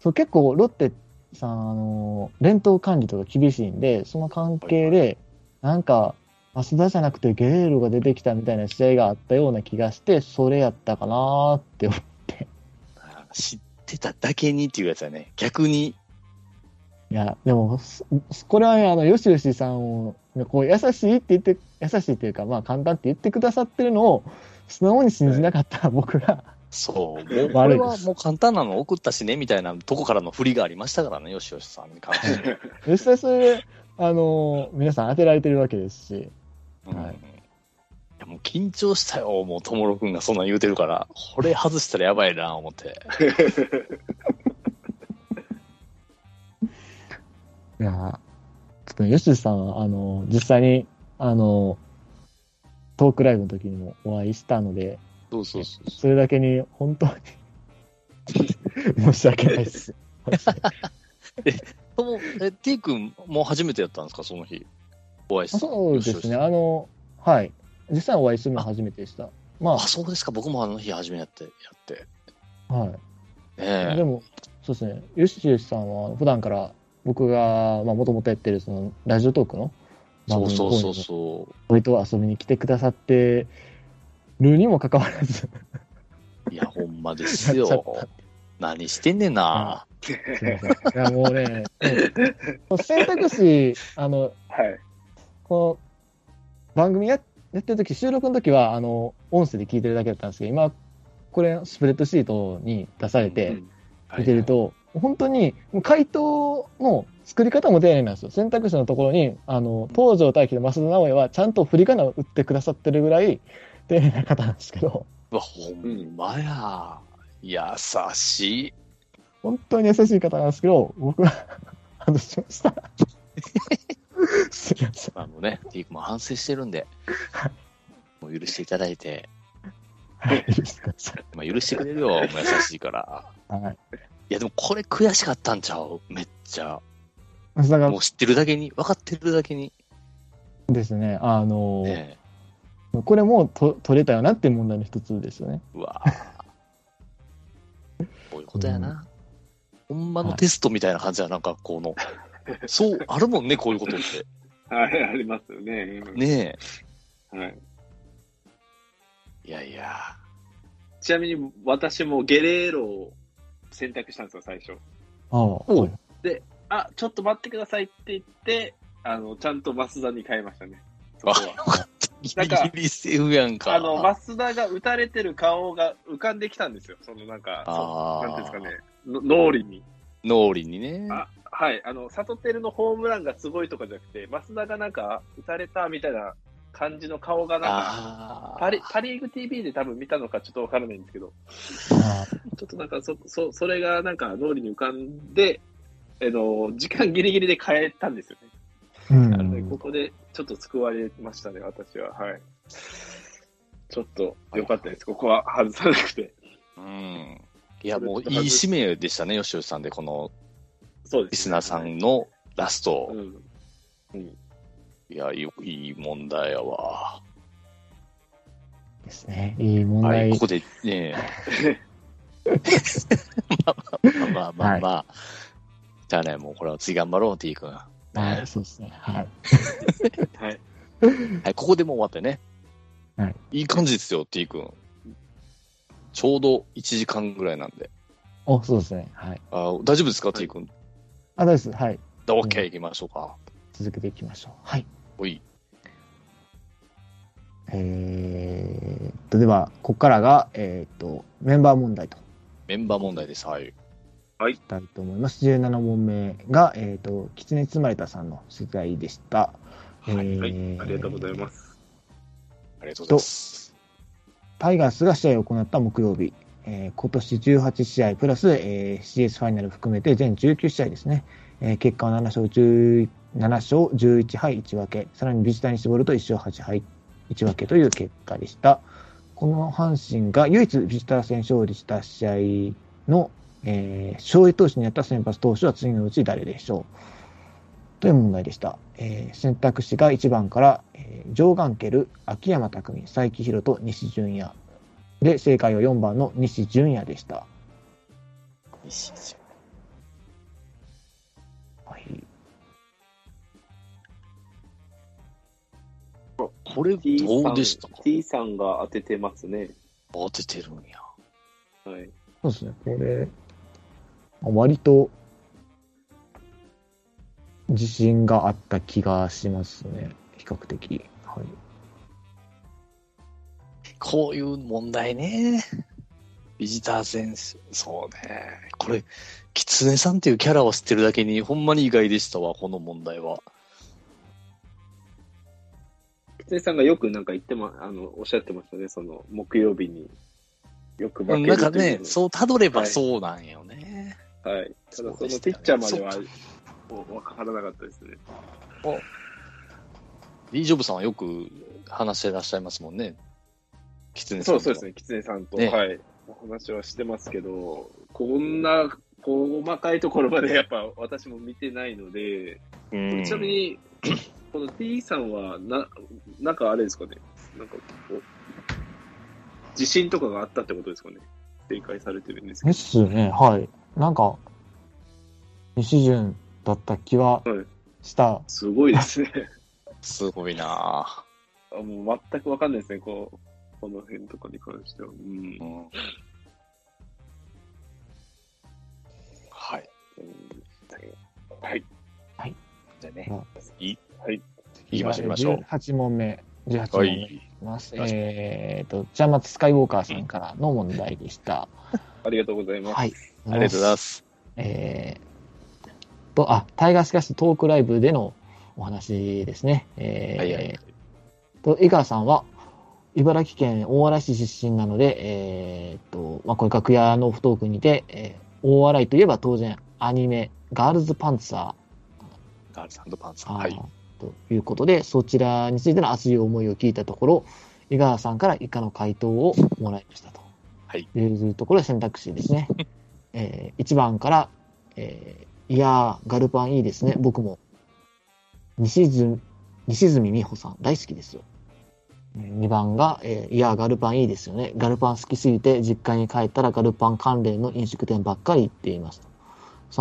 [SPEAKER 3] そう、結構ロッテさん、あのー、連投管理とか厳しいんで、その関係で、なんか、増田じゃなくてゲレーロが出てきたみたいな試合があったような気がして、それやったかなーって 思
[SPEAKER 2] あー知ってただけにっていうやつだね。逆に。
[SPEAKER 3] いや、でも、すすこれはね、あの、よしよしさんを、こう、優しいって言って、優しいというか、まあ、簡単って言ってくださってるのを、素直に信じなかった僕が、
[SPEAKER 2] そう。もう、こ
[SPEAKER 3] 悪
[SPEAKER 2] れ
[SPEAKER 3] いです
[SPEAKER 2] はもう簡単なの送ったしね、みたいなとこからの振りがありましたからね、よしよしさんに関して。
[SPEAKER 3] 実際それで、あのー皆さん当てられてるわけですし、
[SPEAKER 2] うん
[SPEAKER 3] はい
[SPEAKER 2] いやもう緊張したよ、もう、ともろくんがそんなん言うてるから、これ外したらやばいな、思って。
[SPEAKER 3] いや、ちょっとよしよしさんは、あのー実際に、あのートークライブの時にもお会いしたので、
[SPEAKER 2] そうそうそう
[SPEAKER 3] それだけに、本当に、申し訳ないです。
[SPEAKER 2] とも、え、T 君、もう初めてやったんですか、その日。お会いしたの
[SPEAKER 3] そうですね、
[SPEAKER 2] よしよしさん
[SPEAKER 3] あのーはい。実際お会いするのは初めてでした。ま
[SPEAKER 2] あ、そうですか、僕もあの日初めてやって、やって。ね
[SPEAKER 3] あ、はい。
[SPEAKER 2] え
[SPEAKER 3] でも、そうですね、よしよしさんは普段から僕がもともとやってるそのラジオトークの
[SPEAKER 2] そうそうそう
[SPEAKER 3] う。
[SPEAKER 2] そ
[SPEAKER 3] 割と遊びに来てくださってるにもかかわらず、
[SPEAKER 2] う。いや、ほんまです
[SPEAKER 3] や っちゃ
[SPEAKER 2] よ。何してんねんな。
[SPEAKER 3] すいません。いや、も うね、もう選択肢、あの、
[SPEAKER 1] はい。
[SPEAKER 3] この番組ややってる時収録の時は、あの、音声で聞いてるだけだったんですけど、今、これ、スプレッドシートに出されて、
[SPEAKER 1] うん
[SPEAKER 3] 見てると、本当にもう回答の作り方も丁寧なんですよ。選択肢のところに、あの、東条大輝と増田直哉はちゃんと振り仮名を打ってくださってるぐらい丁寧な方なんですけど、
[SPEAKER 2] うわ、ほんまや。優しい。
[SPEAKER 3] 本当に優しい方なんですけど、僕は外しま した。すいません。
[SPEAKER 2] あのね、T 君も反省してるん で、もう許していただいて、
[SPEAKER 3] はい、許してくださ
[SPEAKER 2] まあ、許してくれ るよ、もう優しいから。
[SPEAKER 3] い。はい。
[SPEAKER 2] いや、でもこれ悔しかったんちゃうめっちゃ。
[SPEAKER 3] 増田が
[SPEAKER 2] もう知ってるだけに、分かってるだけに。
[SPEAKER 3] ですね、あの、
[SPEAKER 2] ね
[SPEAKER 3] これもと取れたよなっていう問題の一つですよね。
[SPEAKER 2] えうわぁ。 こういうことやな。ほんまのテストみたいな感じや、なんかこの。そう、あるもんね、こういうことって。
[SPEAKER 1] はい、ありますよね。うん
[SPEAKER 2] ね
[SPEAKER 1] はい。
[SPEAKER 2] え。いやいや。
[SPEAKER 1] ちなみに私もゲレーロを選択したんですよ、最初。
[SPEAKER 3] ああ、はい
[SPEAKER 1] あ、ちょっと待ってくださいって言って、あの、ちゃんと増田に変えましたね。そこは。
[SPEAKER 2] ギ
[SPEAKER 1] なん
[SPEAKER 2] リ
[SPEAKER 1] か
[SPEAKER 2] ギリセーフやんか。
[SPEAKER 1] あの、増田が打たれてる顔が浮かんできたんですよ。そのなんか、そう
[SPEAKER 2] あ
[SPEAKER 1] なんていうん
[SPEAKER 2] ー
[SPEAKER 1] ですかね、の脳裏に。
[SPEAKER 2] 脳裏にね。
[SPEAKER 1] あはい、あの、サトテルのホームランがすごいとかじゃなくて、増田がなんか、打たれたみたいな感じの顔がなんか、
[SPEAKER 2] あー
[SPEAKER 1] パリ、パリーグ TV で多分見たのかちょっとわからないんですけど、
[SPEAKER 3] あ
[SPEAKER 1] ちょっとなんか、そ、そ、それがなんか脳裏に浮かんで、あの、時間ギリギリで変えたんですよね。
[SPEAKER 3] あ。うん。
[SPEAKER 1] なので、ここでちょっと救われましたね、私は。はい。ちょっと、良かったです。ここは外さなくて。
[SPEAKER 2] うん。いや、もういい使命でしたね、吉吉さんで、この
[SPEAKER 1] そうで
[SPEAKER 2] リ
[SPEAKER 1] す
[SPEAKER 2] ス
[SPEAKER 1] ね、
[SPEAKER 2] ナーさんのラスト。
[SPEAKER 1] うん。うん。
[SPEAKER 2] いや、よくいい問題やわ。
[SPEAKER 3] ですね。いい問
[SPEAKER 2] はい、
[SPEAKER 3] 題
[SPEAKER 2] ここでね、まあまあまあ。じゃあね、もうこれは次頑張ろう、T 君。は
[SPEAKER 3] はい、そうですね。はい。
[SPEAKER 1] はい。
[SPEAKER 2] い、ここでもう終わってね。
[SPEAKER 3] はい。
[SPEAKER 2] いい感じですよ、T 君。ちょうど1時間ぐらいなんで。
[SPEAKER 3] お、そうですね。はい。
[SPEAKER 2] あ大丈夫ですか、T 君。
[SPEAKER 3] あ、大丈夫です。はい。
[SPEAKER 2] だ OK、行きましょうか。
[SPEAKER 3] 続けていきましょう。はい。
[SPEAKER 2] おい。
[SPEAKER 3] えーっと、では、ここからが、えーっと、メンバー問題とい
[SPEAKER 2] メンバー問題です。はい。
[SPEAKER 3] きたいと思います。17問目が、えーっと、キツネつまれたさんの取材でした。
[SPEAKER 1] はい。はい
[SPEAKER 3] えー
[SPEAKER 1] ありがとうございます。
[SPEAKER 2] ありがとうございます。
[SPEAKER 3] タイガースが試合を行った木曜日、えー今年18試合プラス、えー CS ファイナル含めて全19試合ですね、えー結果は7勝 ,11 7勝11敗1分け、さらにビジターに絞ると1勝8敗1分けという結果でした。この阪神が唯一ビジター戦勝利した試合の、えー勝利投手になった先発投手は次のうち誰でしょうという問題でした。えー選択肢が1番から、えー、ジョーガンケル、秋山拓実、佐伯宏と西純也。で、正解は4番の西純也でした。はい。
[SPEAKER 2] これ、
[SPEAKER 1] T さん
[SPEAKER 2] どうでしたか
[SPEAKER 1] T さんが当ててますね。
[SPEAKER 2] 当ててるんや。
[SPEAKER 1] はい。
[SPEAKER 3] そうですね、これ、割と、自信があった気がしますね、比較的。はい。
[SPEAKER 2] こういう問題ね。ビジター選手。そうね。これ、キツネさんっていうキャラを知ってるだけに、ほんまに意外でしたわ、この問題は。
[SPEAKER 1] キツネさんがよくなんか言ってま、あの、おっしゃってましたね。その、木曜日によく負ける
[SPEAKER 2] なんか
[SPEAKER 1] という
[SPEAKER 2] ね
[SPEAKER 1] の、
[SPEAKER 2] そうたどれば
[SPEAKER 1] はい
[SPEAKER 2] そうなんよね。
[SPEAKER 1] はい。ただその
[SPEAKER 2] そ
[SPEAKER 1] ピ
[SPEAKER 2] うでしたよね
[SPEAKER 1] ッチャーまでは、わからなかったですね。
[SPEAKER 2] リー・ジョブさんはよく話してらっしゃいますもんね。キツネさ
[SPEAKER 1] そ
[SPEAKER 2] ん
[SPEAKER 1] う
[SPEAKER 2] と
[SPEAKER 1] そうですね、キツネさんと、
[SPEAKER 2] ね
[SPEAKER 1] はい、お話はしてますけど、こんな細かいところまでやっぱ私も見てないので、
[SPEAKER 2] うん
[SPEAKER 1] ちなみに、この T さんはな、なんかあれですかね、なんかこう、地震とかがあったってことですかね、正解されてるんですけ
[SPEAKER 3] で
[SPEAKER 1] ど、
[SPEAKER 3] すね、はい。なんか、西純だった気は
[SPEAKER 1] はい
[SPEAKER 3] した。
[SPEAKER 1] すごいですね、
[SPEAKER 2] すごいなぁ。
[SPEAKER 1] あもう全くわかんないですね、こうこの辺とかに関しては。うん
[SPEAKER 2] うんはい。
[SPEAKER 1] はい、
[SPEAKER 2] じゃあね
[SPEAKER 3] ま。
[SPEAKER 2] い、
[SPEAKER 1] はい。
[SPEAKER 2] 行きましょう、行きましょう。
[SPEAKER 3] 18問目、18問
[SPEAKER 2] は
[SPEAKER 3] 目。
[SPEAKER 2] い。
[SPEAKER 3] ます。
[SPEAKER 2] 確かに
[SPEAKER 3] えーと、ジャマツスカイウォーカーさんからの問題でした。
[SPEAKER 1] ありがとうございます。
[SPEAKER 3] はい。
[SPEAKER 2] ありがとうございます。
[SPEAKER 3] えーと、あ、タイガースキャストトークライブでのお話ですね。えー
[SPEAKER 2] はいはい。
[SPEAKER 3] と、江川さんは、茨城県大洗市出身なので、えーと、まあ、これ楽屋のオフトークにて、えー大洗といえば当然アニメ、ガールズパンツァー、
[SPEAKER 2] ガールズパンツさん。
[SPEAKER 3] あー
[SPEAKER 2] はい。
[SPEAKER 3] ということで、そちらについての熱い思いを聞いたところ、井川さんから以下の回答をもらいましたと。
[SPEAKER 2] はい。
[SPEAKER 3] いうところで選択肢で すね。えー、1番から、えー、いやー、ガルパンいいですね、僕も。西住、西住美穂さん、大好きですよ。2番が、えー、いやー、ガルパンいいですよね。ガルパン好きすぎて、実家に帰ったらガルパン関連の飲食店ばっかり行っていますと。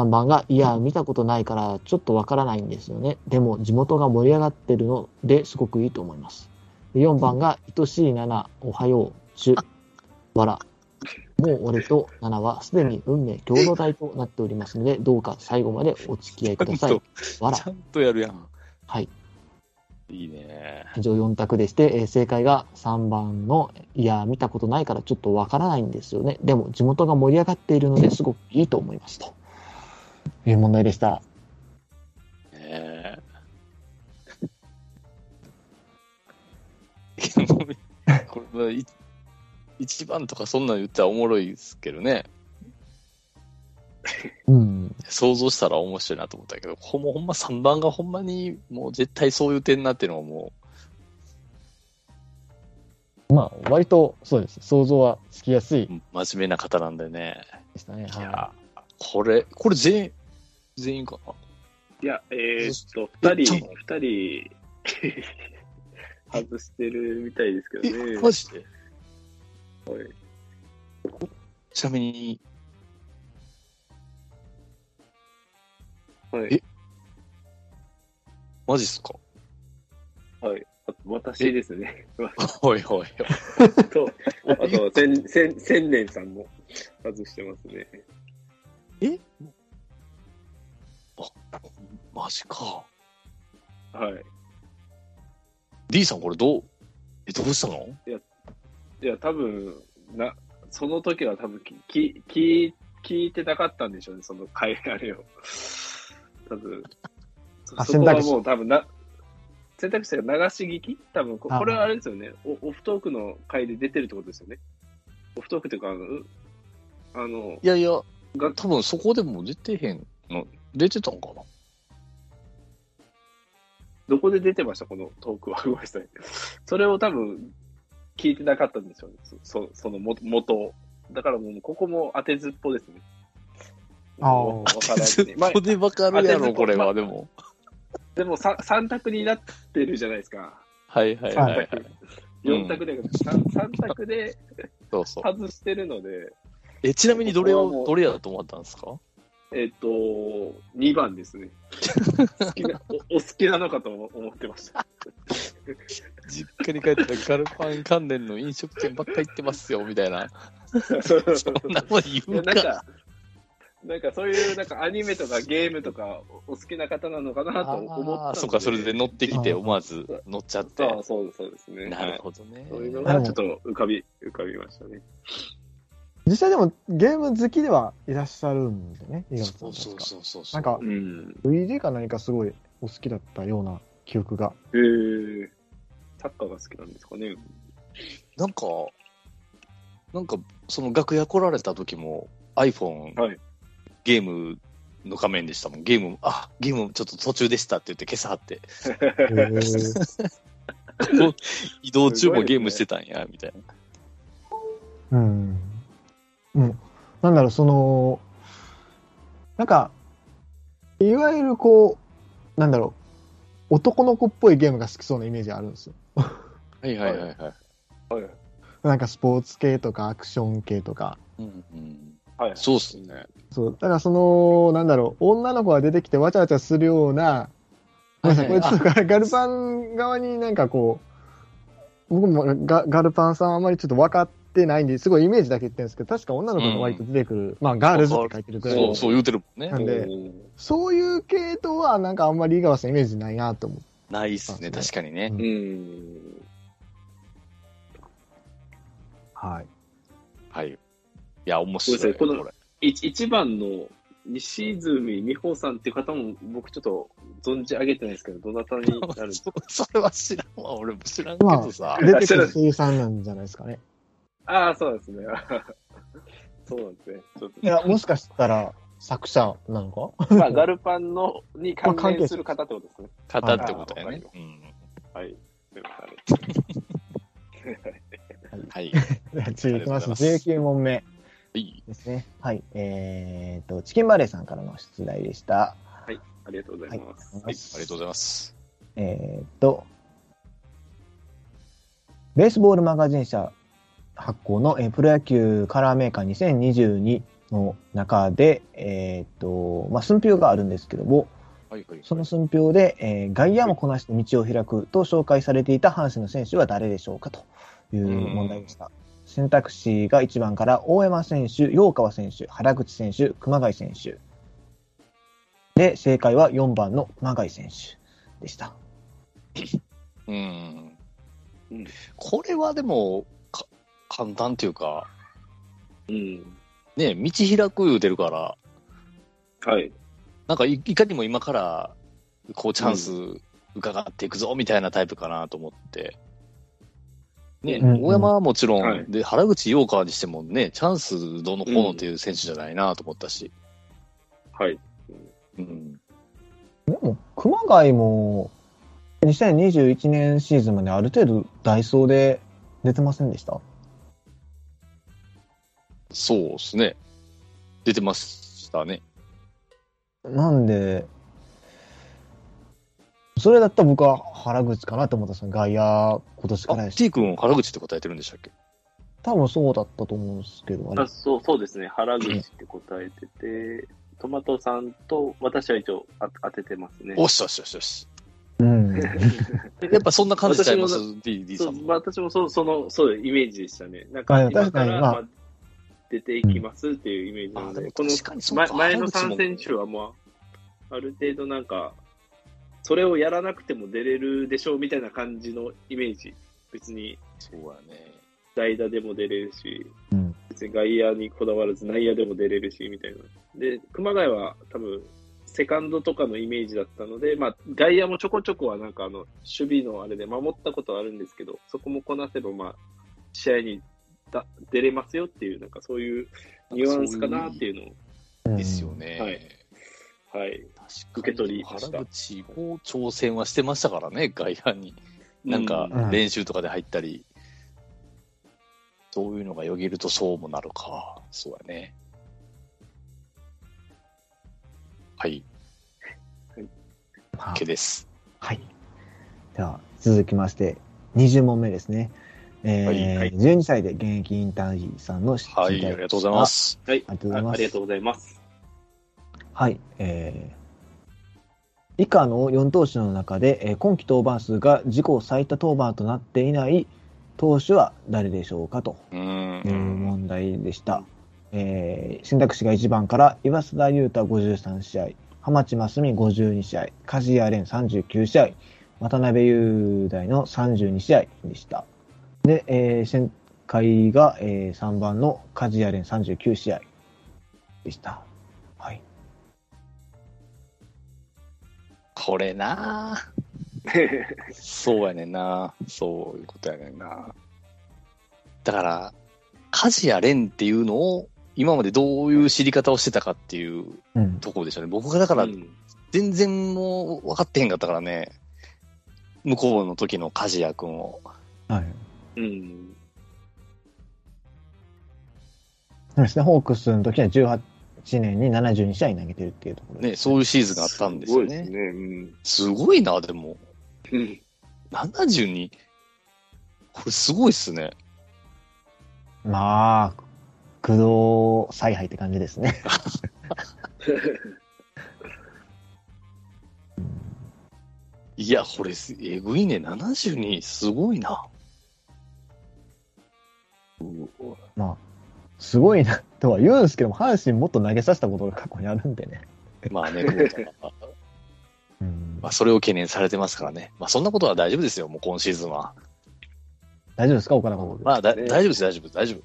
[SPEAKER 3] 3番が、いや、見たことないから、ちょっとわからないんですよね。でも、地元が盛り上がってるのですごくいいと思います。で4番が、愛しい7、おはよう、ちゅ、わら。もう俺と7はすでに運命共同体となっておりますので、どうか最後までお付き合いくださ
[SPEAKER 2] ちゃん
[SPEAKER 3] い
[SPEAKER 2] と。
[SPEAKER 3] わら
[SPEAKER 2] ち。ゃんとやるやん。
[SPEAKER 3] はい。
[SPEAKER 2] いいね。
[SPEAKER 3] 以上4択でして、えー正解が3番の、いや、見たことないからちょっとわからないんですよね。でも、地元が盛り上がっているのですごくいいと思います。という問題でした。
[SPEAKER 2] え えこれはい一番とかそんなん言ったらおもろいですけどね。
[SPEAKER 3] うん。
[SPEAKER 2] 想像したら面白いなと思ったけど、ほんまほんま3番がほんまにもう絶対そういう点なっていうのはも
[SPEAKER 3] まあ、割とそうです。想像はつきやすいう
[SPEAKER 2] 真面目な方なんでね。
[SPEAKER 3] でしたね。
[SPEAKER 2] い
[SPEAKER 3] は
[SPEAKER 2] や、これ、これ全員、全員かな。
[SPEAKER 1] いや、えーっと、
[SPEAKER 2] え
[SPEAKER 1] 二
[SPEAKER 2] ちょっ
[SPEAKER 1] 人
[SPEAKER 2] と、
[SPEAKER 1] 二人、 外してるみたいですけどね。
[SPEAKER 2] マジでちなみに、
[SPEAKER 1] はい。
[SPEAKER 2] マジっすか
[SPEAKER 1] はい。あと私ですね。
[SPEAKER 2] おいおい
[SPEAKER 1] と、 あと、千、千、千年さんも外してますね。
[SPEAKER 2] おい。マジか。
[SPEAKER 1] はい。
[SPEAKER 2] D さんこれどう、え、どうしたの
[SPEAKER 1] いや、多分、な、その時は多分き、き、き、聞いてなかったんでしょうね、その会、あれを。多分。そ
[SPEAKER 3] あ
[SPEAKER 1] そこは
[SPEAKER 3] 選択肢
[SPEAKER 1] もう多分な、選択肢が流し聞き多分こ、
[SPEAKER 3] あ
[SPEAKER 1] これはあれですよね。おオフトークの会で出てるってことですよね。オフトークというか、あのう、あの、
[SPEAKER 2] いやいや、
[SPEAKER 1] が
[SPEAKER 2] 多分そこでも出てへんの、出てたんかな
[SPEAKER 1] どこで出てましたこのトークは。ごめんなさい。それを多分、聞いてなかったんでしょうね。そそそのも元を。だからもう、ここも当てずっぽですね。
[SPEAKER 3] あー
[SPEAKER 1] わからず に。 まあ
[SPEAKER 2] ここでわかるや
[SPEAKER 1] 当て
[SPEAKER 2] ろ、
[SPEAKER 1] ず
[SPEAKER 2] これ
[SPEAKER 1] まあ
[SPEAKER 2] は、でも。
[SPEAKER 1] でもさ3択になってるじゃないですか。
[SPEAKER 2] はいはいはいはい。
[SPEAKER 1] 4択で、三三択で
[SPEAKER 2] そうそう。
[SPEAKER 1] 外してるので、
[SPEAKER 2] え、ちなみにどれ
[SPEAKER 1] ここはも
[SPEAKER 2] を、
[SPEAKER 1] う
[SPEAKER 2] どれやと思ったんですか
[SPEAKER 1] えっ、と、2番ですね。好きなおお好きなのかと思ってま した。
[SPEAKER 2] 実家に帰ったらガルパン関連の飲食店ばっか行ってますよ、みた いな。そんなもん
[SPEAKER 1] い
[SPEAKER 2] 言
[SPEAKER 1] や
[SPEAKER 2] う
[SPEAKER 1] なん
[SPEAKER 2] か。
[SPEAKER 1] か、なんかそういうなんかアニメとかゲームとかおお好きな方なのかなと思ったの
[SPEAKER 2] あーそうか、それで乗ってきて、思わず乗っちゃって。
[SPEAKER 1] そうそうですそうですね。
[SPEAKER 2] な
[SPEAKER 1] は
[SPEAKER 2] る
[SPEAKER 1] い
[SPEAKER 2] ほどね。
[SPEAKER 1] そういうのがちょっと浮かび、浮かびましたね。
[SPEAKER 3] 実際でもゲーム好きではいらっしゃるんでね、井上さん
[SPEAKER 2] そうそう
[SPEAKER 3] 確か
[SPEAKER 2] そうそう
[SPEAKER 3] なんか
[SPEAKER 1] う、ん。
[SPEAKER 3] VJ か何かすごいお好きだったような記 憶が。
[SPEAKER 1] えー、サッカーが好きなんですかね。
[SPEAKER 2] なんか、なんか、その楽屋来られた時も iPhone、
[SPEAKER 1] はい
[SPEAKER 2] ゲームの画面でしたもん。ゲーム、あ、ゲームちょっと途中でしたって言って消さはって、
[SPEAKER 3] へー
[SPEAKER 2] 移動中
[SPEAKER 1] すごいです
[SPEAKER 2] も
[SPEAKER 1] ね
[SPEAKER 2] ゲームしてたんや、みたいな。
[SPEAKER 3] うん。うん。なんだろう、その、なんか、いわゆるこう、なんだろう、男の子っぽいゲームが好きそうなイメージあるんですよ。
[SPEAKER 2] はいはいはいはい。
[SPEAKER 1] はい。
[SPEAKER 3] なんかスポーツ系とかアクション系とか。
[SPEAKER 2] うんうん、
[SPEAKER 1] はい。
[SPEAKER 2] そうっすね。
[SPEAKER 3] そう。だからその、なんだろう、女の子が出てきてわちゃわちゃするような、ごめんなさい、これちょっとガガルパン側になんかこう、僕もガガルパンさんあんまりちょっと分かってないんで、すごいイメージだけ言ってるんですけど、確か女の子が割と出てくる、まあガールズって書いてるくらい
[SPEAKER 2] そ
[SPEAKER 3] の
[SPEAKER 2] うそう言うてるもん
[SPEAKER 3] な
[SPEAKER 2] ね
[SPEAKER 3] ん。で
[SPEAKER 1] う
[SPEAKER 3] そういう系統はなんかあんまり井川さんイメージないなと思って。
[SPEAKER 2] ないっすね、確かにね。
[SPEAKER 1] ん。
[SPEAKER 3] はい。
[SPEAKER 2] はい。いや、面
[SPEAKER 1] ごめ
[SPEAKER 2] 白
[SPEAKER 1] ん
[SPEAKER 2] い。
[SPEAKER 1] なさいこの
[SPEAKER 2] これ
[SPEAKER 1] 一一番の西泉美穂さんっていう方も僕ちょっと存じ上げてないですけど、どなたになるんです か
[SPEAKER 2] それは知らんわ、俺も知らんけどさ。
[SPEAKER 3] 出てくる声優さんなんじゃないですかね。
[SPEAKER 1] ああ、そうなんですね。 そうなんですね。ちょっ
[SPEAKER 3] いや、もしかしたら作者なのか
[SPEAKER 1] と。まあ、ガルパンのに関
[SPEAKER 3] まあ関係
[SPEAKER 1] 連する方ってことですね。
[SPEAKER 2] 方ってことやね。
[SPEAKER 1] あ
[SPEAKER 2] うん
[SPEAKER 1] はい。ということ で
[SPEAKER 2] はい。
[SPEAKER 3] 次いきます。
[SPEAKER 2] ありがとうございます
[SPEAKER 3] 19問目。
[SPEAKER 2] はい
[SPEAKER 3] ですね。はい。えー、と、チキンバレーさんからの出題でした。
[SPEAKER 1] ありがとうございます。
[SPEAKER 2] はい、ありがとうございます。
[SPEAKER 3] えー、と、ベースボールマガジン社発行の、えープロ野球カラーメーカー2022の中で、えー、と、まあ、寸評があるんですけども、
[SPEAKER 2] はいはい。
[SPEAKER 3] その寸評で、えー外野もこなして道を開くと紹介されていた阪神の選手は誰でしょうかという問題でした。選択肢が1番から大山選手、陽川選手、原口選手、熊谷選手。で、正解は4番の熊谷選手でした。
[SPEAKER 2] うん
[SPEAKER 1] うん
[SPEAKER 2] これはでも、か簡単っていうか、
[SPEAKER 1] うん。
[SPEAKER 2] ね、道開く言うてるから、
[SPEAKER 1] はい。
[SPEAKER 2] なんかいいかにも今から、こうチャンス伺っていくぞみたいなタイプかなと思って。ね、
[SPEAKER 3] うんうん
[SPEAKER 2] 大山はもちろん、
[SPEAKER 1] はい
[SPEAKER 2] で、原口洋川にしてもね、チャンスどうのこうのっていう選手じゃないなと思ったし。
[SPEAKER 1] はい。
[SPEAKER 2] うん。
[SPEAKER 3] でも、熊谷も2021年シーズンまである程度ダイソーで出てませんでした
[SPEAKER 2] そうですね。出てましたね。
[SPEAKER 3] なんで、それだったら僕は原口かなと思ったんですよ。外野、今年
[SPEAKER 2] あ
[SPEAKER 3] からやし。
[SPEAKER 2] T 君を原口って答えてるんでしたっけ
[SPEAKER 3] 多分そうだったと思うんですけど、あれ
[SPEAKER 1] あそうそうですね、原口って答えてて、トマトさんと私は一応あ当ててますね。
[SPEAKER 2] おっしゃおっしゃおっしゃおっし
[SPEAKER 3] うん。
[SPEAKER 2] ゃ。やっぱそんな感じちゃいます
[SPEAKER 1] 私
[SPEAKER 2] ?DD
[SPEAKER 1] そ
[SPEAKER 2] さ
[SPEAKER 1] うん
[SPEAKER 2] も。
[SPEAKER 1] 私もそうそのそうイメージでしたね。なんか
[SPEAKER 3] はい
[SPEAKER 1] 今か
[SPEAKER 3] 確かに
[SPEAKER 1] ら、
[SPEAKER 3] ま
[SPEAKER 1] ま
[SPEAKER 3] あ
[SPEAKER 1] あ、出ていきますっていうイメージなので、
[SPEAKER 2] うんあでも
[SPEAKER 1] この
[SPEAKER 2] 確かにそう
[SPEAKER 1] ま
[SPEAKER 2] か
[SPEAKER 1] 前の
[SPEAKER 2] 原口も
[SPEAKER 1] 3選手は、まあ、ある程度なんか、それをやらなくても出れるでしょうみたいな感じのイメージ。別に
[SPEAKER 2] そうやね。
[SPEAKER 1] 代打でも出れるし、
[SPEAKER 3] うん
[SPEAKER 1] 別に外野にこだわらず内野でも出れるしみたいな。で、熊谷は多分、セカンドとかのイメージだったので、まあ、外野もちょこちょこはなんかあの、守備のあれで守ったことはあるんですけど、そこもこなせば、まあ、試合にだ出れますよっていう、なんかそういうニュアンスかなっていうのを、
[SPEAKER 2] ですよ
[SPEAKER 1] は
[SPEAKER 2] ね
[SPEAKER 1] い。はい。
[SPEAKER 2] 確か
[SPEAKER 1] 受け取
[SPEAKER 2] に
[SPEAKER 1] りました
[SPEAKER 2] 原口も挑戦はしてましたからね、外野に。なんか
[SPEAKER 3] うん
[SPEAKER 2] 練習とかで入ったり、そういうのがよぎるとそうもなるか。そうやね。はい、
[SPEAKER 3] は
[SPEAKER 2] OK です。
[SPEAKER 3] はい。では、続きまして、20問目ですね。えー
[SPEAKER 2] はい
[SPEAKER 1] はい
[SPEAKER 3] 12歳で現役引退さんの出
[SPEAKER 2] はい、ありがとうございま。す。
[SPEAKER 1] はい。
[SPEAKER 3] ありがとうござい
[SPEAKER 1] あ
[SPEAKER 3] ます
[SPEAKER 1] ありがとうござい ます。
[SPEAKER 3] はい。えー以下の4投手の中で、えー今季登板数が自己最多登板となっていない投手は誰でしょうかと
[SPEAKER 2] う。
[SPEAKER 3] いうん問題でした。えー選択肢が1番から岩須田優太53試合、浜地真澄52試合、梶谷蓮39試合、渡辺雄大の32試合でした。で、えー、選回が、えー3番の梶谷蓮39試合でした。はい。
[SPEAKER 2] これなあそうやねんな。そういうことやねんな。だから、梶谷蓮っていうのを、今までどういう知り方をしてたかっていう
[SPEAKER 3] うん。
[SPEAKER 2] ところでしょうね。僕がだから
[SPEAKER 1] う、ん
[SPEAKER 2] 全然もう分かってへんかったからね。向こうの時の梶谷君を。
[SPEAKER 3] は
[SPEAKER 1] う
[SPEAKER 3] い。
[SPEAKER 1] ん。
[SPEAKER 3] そうですね、ホークスの時は18年に72試合投げてるっていうところで
[SPEAKER 2] ね、そういうシーズンがあったんですよね。
[SPEAKER 1] すごいで
[SPEAKER 2] すごいな、でも。
[SPEAKER 1] すね。うん。
[SPEAKER 2] 72。これすごいっすね。
[SPEAKER 3] まあ、工藤采配って感じですね。
[SPEAKER 2] いや、これす、えぐいね。72、すごいな。
[SPEAKER 3] すごいなとは言うんですけども、阪神もっと投げさせたことが過去にあるんでね。
[SPEAKER 2] まあね、久保田が
[SPEAKER 3] うん
[SPEAKER 2] まあ、それを懸念されてますからね。まあ、そんなことは大丈夫ですよ、もう今シーズンは。
[SPEAKER 3] 大丈夫ですか岡田監督。
[SPEAKER 2] まあ、だ
[SPEAKER 1] ね
[SPEAKER 2] 大丈夫です、大丈夫、大丈夫。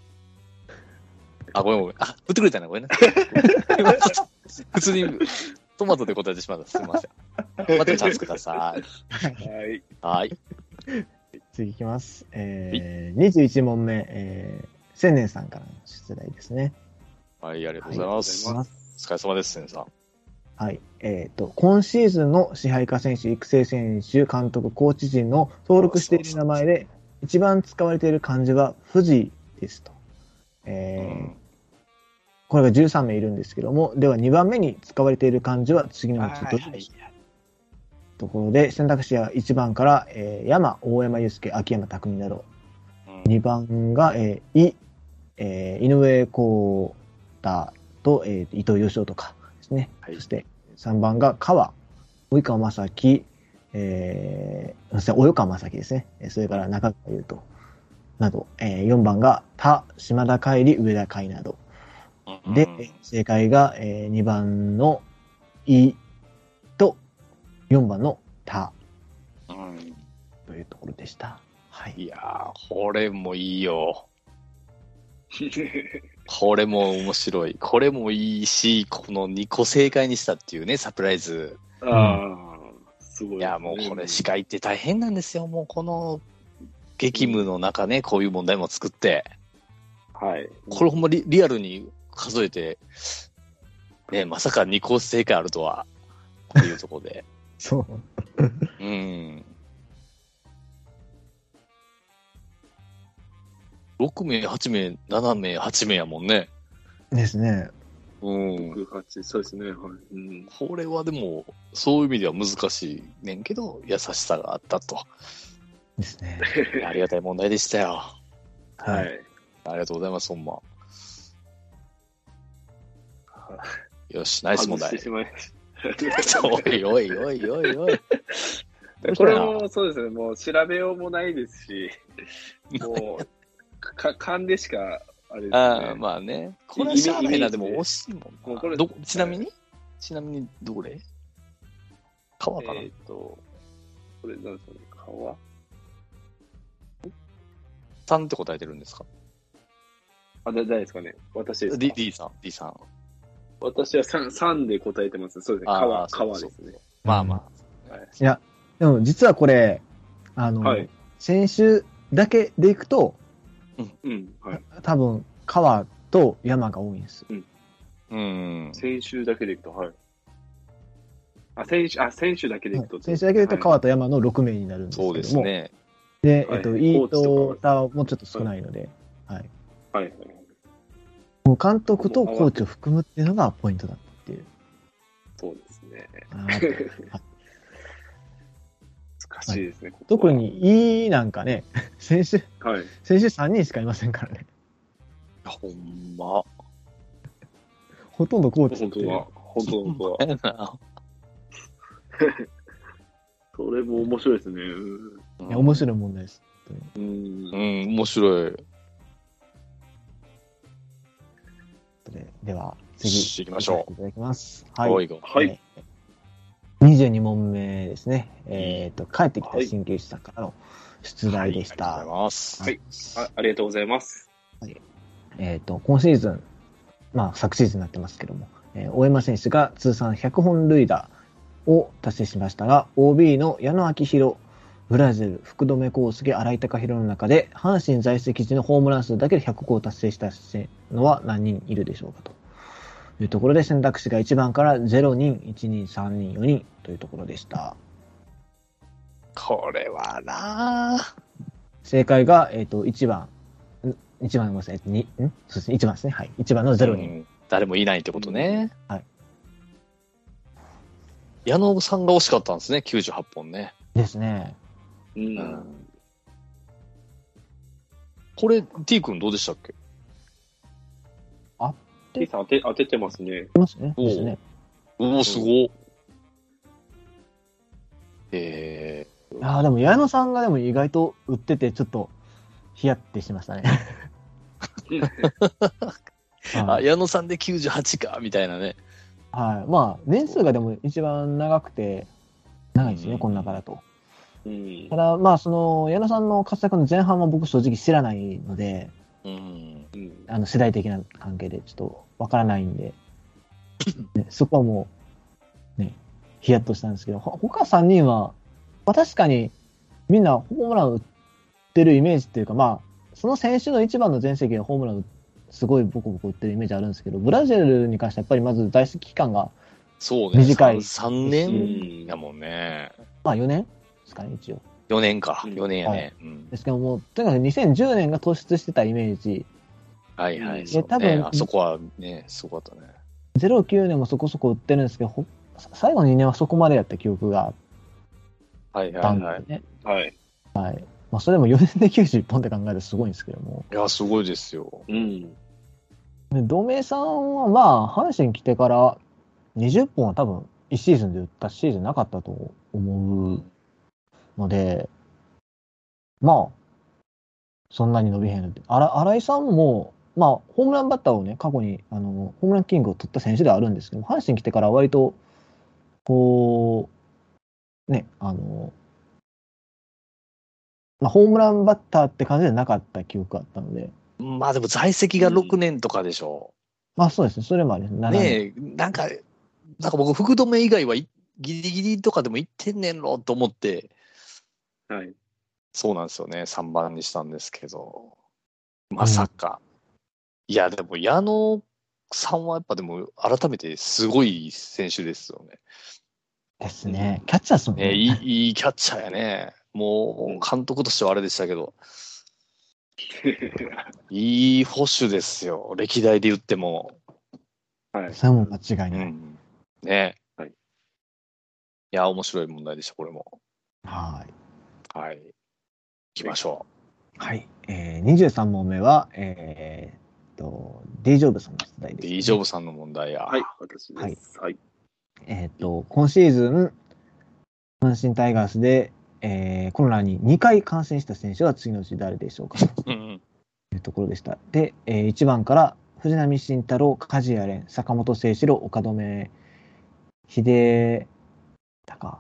[SPEAKER 2] あ、ごめんごめん。あ、振ってくれたな、ごめんな。 普通にトマトで答えてしまった。すみません。またチャンスください。
[SPEAKER 1] はい。
[SPEAKER 2] はい。
[SPEAKER 3] 次いきます。えー、21問目、えー、千年さんからの出題ですね。
[SPEAKER 2] はい、ありがとうございます。
[SPEAKER 1] ありがとうございま
[SPEAKER 2] お疲れ様です、先生さん。
[SPEAKER 3] はい。えっ、と、今シーズンの支配下選手、育成選手、監督、コーチ陣の登録している名前で、一番使われている漢字は、富士ですと。えー
[SPEAKER 2] うん
[SPEAKER 3] これが13名いるんですけども、では2番目に使われている漢字は次のうちどれでしょうかところで、選択肢は1番から、えー山、大山祐介、秋山拓など、
[SPEAKER 2] うん
[SPEAKER 3] 2番が、えー井、えー井上幸太と、えー伊藤義雄とかですね。
[SPEAKER 2] はい
[SPEAKER 3] そして3番が川、及川正樹、えー、すいません及川正樹ですね。えーそれから中川優斗など、え4番が田、島田海里、上田海など。
[SPEAKER 2] うん
[SPEAKER 3] で、正解が、え2番の井と4番の田。
[SPEAKER 2] うん
[SPEAKER 3] というところでした。はい。
[SPEAKER 2] いやー、これもいいよ。これも面白い。これもいいし、この2個正解にしたっていうね、サプライズ。
[SPEAKER 1] ああ、すごいですね。
[SPEAKER 2] いや、もうこれ、司会って大変なんですよ。もうこの激務の中ね、こういう問題も作って。
[SPEAKER 1] はい。
[SPEAKER 2] これほんまリリアルに数えて、ね、まさか2個正解あるとは、こういうとこ で。
[SPEAKER 3] そう。
[SPEAKER 2] うん。6名、8名、7名、8名やもんね。
[SPEAKER 3] ですね。
[SPEAKER 2] うん。
[SPEAKER 1] 六八そうですね。はい。うん。
[SPEAKER 2] これはでも、そういう意味では難しいねんけど、優しさ があったと。
[SPEAKER 3] ですね。
[SPEAKER 2] ありがたい問題でしたよ。
[SPEAKER 1] は。い。
[SPEAKER 2] ありがとうございます、ほんま。よし、ナイス問
[SPEAKER 1] 外して
[SPEAKER 2] 題。
[SPEAKER 1] しまいまし
[SPEAKER 2] おいおいおいおいおい。
[SPEAKER 1] た。これもそうですね、もう調べようもないですし、もう、か勘でしか、あれですね。
[SPEAKER 2] ああ、まあね。これはしゃあないな、でも惜しいもん
[SPEAKER 1] も
[SPEAKER 2] な
[SPEAKER 1] うこれ
[SPEAKER 2] どちなみに、ちなみにどれ川かな、
[SPEAKER 1] えっ、と、これなんですかね、川
[SPEAKER 2] さんって答えてるんですか
[SPEAKER 1] あ、だ誰ですかね私ですか
[SPEAKER 2] D, ?D さん、D さん。
[SPEAKER 1] 私は 3, 三で答えてます。そうですね、
[SPEAKER 2] あー
[SPEAKER 1] 川、
[SPEAKER 2] そう
[SPEAKER 1] 川
[SPEAKER 2] そう
[SPEAKER 1] ですね。
[SPEAKER 2] まあまあ。
[SPEAKER 1] はい
[SPEAKER 3] でも実はこれ、あの、
[SPEAKER 1] はい
[SPEAKER 3] 先週だけでいくと、
[SPEAKER 1] うん、はい。
[SPEAKER 3] 多分川と山が多いんです。
[SPEAKER 2] うん。
[SPEAKER 1] 先週だけでいくと、はい。あ、先週、あ、先週だけでいくと。
[SPEAKER 3] 先週だけでいくと
[SPEAKER 1] はい
[SPEAKER 3] 川と山の6名になるんですけど
[SPEAKER 2] そ
[SPEAKER 3] も、
[SPEAKER 2] うですね。
[SPEAKER 3] で、
[SPEAKER 1] はい
[SPEAKER 3] えっと、
[SPEAKER 1] 高
[SPEAKER 3] イ
[SPEAKER 1] 知
[SPEAKER 3] ー
[SPEAKER 1] と
[SPEAKER 3] ト
[SPEAKER 1] か
[SPEAKER 3] タもちょっと少ないので、はい。
[SPEAKER 1] はい。はい
[SPEAKER 3] もう監督とコーチを含むっていうのがポイントだったっていう。
[SPEAKER 1] そうですね。
[SPEAKER 3] あー
[SPEAKER 1] 難しいですね、ここは
[SPEAKER 3] 特。に E なんかね、 先週、
[SPEAKER 1] はい。
[SPEAKER 3] 先週3人しかいませんからね。
[SPEAKER 2] いやほんま。
[SPEAKER 3] ほとんどコーチ
[SPEAKER 1] 本
[SPEAKER 3] っ
[SPEAKER 1] 当
[SPEAKER 3] ていう
[SPEAKER 1] は、本当は、本当は。
[SPEAKER 2] やな
[SPEAKER 1] それも面白いですね。うん
[SPEAKER 3] いや面白い問題です。
[SPEAKER 1] うん
[SPEAKER 2] う。ん、面白い。
[SPEAKER 3] ででは、次、
[SPEAKER 2] 行きましょ
[SPEAKER 3] いただきます。
[SPEAKER 2] う。
[SPEAKER 3] はい。
[SPEAKER 2] おいが
[SPEAKER 1] はい。
[SPEAKER 3] えー22問目ですね。えっ、と、帰ってきた鍼灸師さんからの出題でし
[SPEAKER 2] ありがとう
[SPEAKER 3] た。
[SPEAKER 2] ございます。
[SPEAKER 1] はいあありがとうございます。
[SPEAKER 3] えっ、と、今シーズン、まあ、昨シーズンになってますけども、えー大山選手が通算100本塁打を達成しましたが、OB の矢野明宏、ブラジル、福留孝介、新井貴弘の中で、阪神在籍時のホームラン数だけで100個を達成したのは何人いるでしょうかと。いうところで選択肢が1番から0人、1人、3人、4人というところでした。
[SPEAKER 2] これはなあ
[SPEAKER 3] 正解が、えっ、と、1番、ん1番ごめんなさい、にんそうですね、1番ですね。はい。1番の0人。
[SPEAKER 2] うん誰もいないってことね。
[SPEAKER 3] はい。
[SPEAKER 2] 矢野さんが惜しかったんですね、98本ね。
[SPEAKER 3] ですね。
[SPEAKER 1] うん。
[SPEAKER 2] これ、T 君どうでしたっけ
[SPEAKER 1] テイさん当て、当ててますね。
[SPEAKER 3] いますね。
[SPEAKER 2] おう
[SPEAKER 3] ですね。
[SPEAKER 2] おお、すごっ。え
[SPEAKER 3] ああ、でも矢野さんがでも意外と売ってて、ちょっと、ヒヤってしましたね。
[SPEAKER 2] ー、 あ、
[SPEAKER 3] はい、
[SPEAKER 2] 矢野さんで98か、みたいなね。
[SPEAKER 3] はい。まあ、年数がでも一番長くて、長いですね、
[SPEAKER 2] うん
[SPEAKER 3] この中だと。
[SPEAKER 1] うん
[SPEAKER 3] た。だ、まあ、その、矢野さんの活躍の前半は僕正直知らないので、
[SPEAKER 2] うん。
[SPEAKER 1] うん
[SPEAKER 3] あの、世代的な関係でちょっとわからないんで、ねそこはもう、ね、ヒヤッとしたんですけど、ほ他3人は、まあ、確かにみんなホームラン打ってるイメージっていうか、まあ、その選手の一番の全席でホームランすごいボコボコ打ってるイメージあるんですけど、ブラジルに関してはやっぱりまず在籍期間が、
[SPEAKER 2] そうね。
[SPEAKER 3] 短い
[SPEAKER 2] 3
[SPEAKER 1] う
[SPEAKER 2] 年
[SPEAKER 1] ん
[SPEAKER 2] やもんね。
[SPEAKER 3] まあ4年ですかね、一応。
[SPEAKER 2] 4年か。
[SPEAKER 1] うん
[SPEAKER 2] 4年や
[SPEAKER 3] は
[SPEAKER 2] ね。うん
[SPEAKER 3] ですけども、とにかく2010年が突出してたイメージ、
[SPEAKER 2] はいは
[SPEAKER 1] うん
[SPEAKER 2] い。そう
[SPEAKER 3] 多
[SPEAKER 2] ね
[SPEAKER 3] 分
[SPEAKER 2] あそこはね、すごかったね。
[SPEAKER 3] 09年もそこそこ打ってるんですけど、ほ最後の2年はそこまでやった記憶があっ
[SPEAKER 2] はい
[SPEAKER 3] た
[SPEAKER 2] はい
[SPEAKER 3] んでね。
[SPEAKER 2] はい。
[SPEAKER 1] はい。
[SPEAKER 3] まあ、それでも4年で91本って考えるとすごいんですけども。
[SPEAKER 2] いや、すごいですよ。
[SPEAKER 1] うん。
[SPEAKER 3] で同盟さんは、まあ、阪神来てから20本は多分1シーズンで打ったシーズンなかったと思うので、まあ、そんなに伸びへんのって。あら新井さんも、まあ、ホームランバッターをね、過去に、あの、ホームランキングを取った選手ではあるんですけど、阪神来てから割と、こう、ね、あの、まあ、ホームランバッターって感じじゃなかった記憶があったので、
[SPEAKER 2] まあでも在籍が6年とかでしょ。
[SPEAKER 3] まあそうですね、それもあります。7年
[SPEAKER 2] ねえ、なんか、なんか僕、福留以外はいギリギリとかでも行ってんねんろと思って、
[SPEAKER 1] はい。
[SPEAKER 2] そうなんですよね、3番にしたんですけど、まさか。いや、でも矢野さんはやっぱでも改めてすごい選手ですよね。
[SPEAKER 3] ですね。キャッチャーですもんね。
[SPEAKER 2] ねいいいいキャッチャーやね。もう監督としてはあれでしたけど、 いい保守ですよ、歴代で言っても。
[SPEAKER 1] はい。
[SPEAKER 3] それはもう間違いうない。
[SPEAKER 2] んね
[SPEAKER 1] はい
[SPEAKER 2] いや、面白い問題でした、これも。
[SPEAKER 3] はい。
[SPEAKER 2] はい。行きましょ
[SPEAKER 3] はい。えー、23問目は、えー、と、デイジョブさんの出題です、
[SPEAKER 2] デイジョブさんの問題や。
[SPEAKER 1] はい、私です。はい。
[SPEAKER 3] えっ、と、今シーズン、阪神タイガースで、えー、コロナに2回感染した選手は次のうち誰でしょうかと
[SPEAKER 2] うん
[SPEAKER 3] いうところでした。で、えー、1番から藤浪晋太郎、梶谷蓮、坂本誠志郎、岡留秀隆、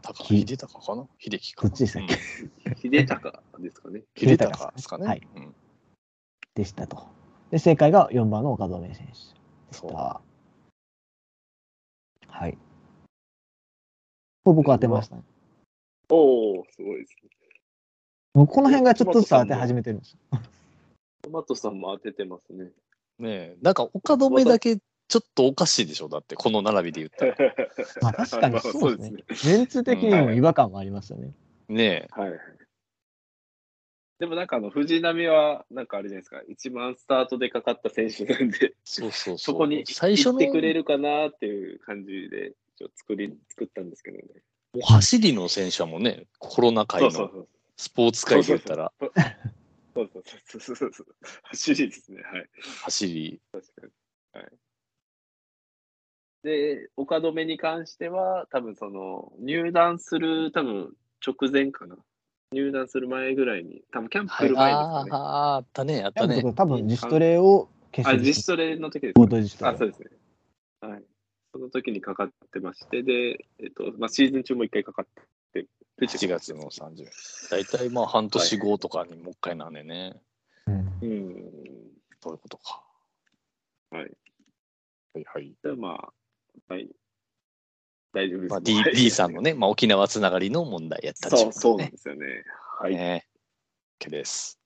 [SPEAKER 2] 高秀高かな秀樹かな。
[SPEAKER 3] どっちでしたっけ
[SPEAKER 1] 秀隆ですかね。
[SPEAKER 2] うん秀高ですかね。
[SPEAKER 3] はい
[SPEAKER 2] うん
[SPEAKER 3] でしたと。で、正解が4番の岡留選手で
[SPEAKER 2] そ
[SPEAKER 3] し
[SPEAKER 2] う
[SPEAKER 3] た。はい。これ僕当てましたね。
[SPEAKER 1] おおすごいですね。
[SPEAKER 3] もうこの辺がちょっとずつ当て始めてるんですよ。
[SPEAKER 1] トマトさんも当ててますね。
[SPEAKER 2] ねえ、なんか岡留だけちょっとおかしいでしょだって、この並びで言ったら。
[SPEAKER 3] まあ確かにそうですね。メンツ的にも違和感もありますよね。
[SPEAKER 2] ね
[SPEAKER 1] はいはい。でもなんかあの、藤波は、なんかあれじゃないですか、一番スタートでかかった選手なんで、
[SPEAKER 2] そうそうそう。
[SPEAKER 1] そこに
[SPEAKER 2] 最初
[SPEAKER 1] 行っ
[SPEAKER 2] の
[SPEAKER 1] てくれるかなっていう感じで、一応作り、作ったんですけどね。
[SPEAKER 2] お走りの選手はもうね、コロナ禍
[SPEAKER 1] そう
[SPEAKER 2] の
[SPEAKER 1] そうそう。
[SPEAKER 2] スポーツ界で言ったら、
[SPEAKER 1] そうそうそうそうそうそう。走りですね。はい。
[SPEAKER 2] 走り。
[SPEAKER 1] で、岡留に関しては、多分その、入団する、多分直前かな。入団する前ぐらいに、多分キャンプ来る前です
[SPEAKER 2] あ
[SPEAKER 1] かね。
[SPEAKER 2] あ、あったね、あっ
[SPEAKER 3] 多
[SPEAKER 2] たね。
[SPEAKER 3] 分多分自主トレを決
[SPEAKER 1] あ、
[SPEAKER 3] 勝
[SPEAKER 1] 自主トレの時です
[SPEAKER 3] ボ
[SPEAKER 1] か
[SPEAKER 3] ート自主トレ。
[SPEAKER 1] あ、そうですね。はい。その時にかかってまして、で、えっと、まあ、シーズン中も一回かかって、で
[SPEAKER 2] 7月の。30日。大体まあ半年後とかにもう一回なんでね。
[SPEAKER 3] うん
[SPEAKER 1] うん。
[SPEAKER 2] そういうことか。
[SPEAKER 1] はい
[SPEAKER 2] はいはい。
[SPEAKER 1] じゃあまあ、はい。大丈夫です。
[SPEAKER 2] まあ、D, D さんのね、まあ、沖縄つながりの問題やったっち
[SPEAKER 1] そう
[SPEAKER 2] ゅ
[SPEAKER 1] う、そう
[SPEAKER 2] ね
[SPEAKER 1] なんですよね。はい。
[SPEAKER 2] ね OK です。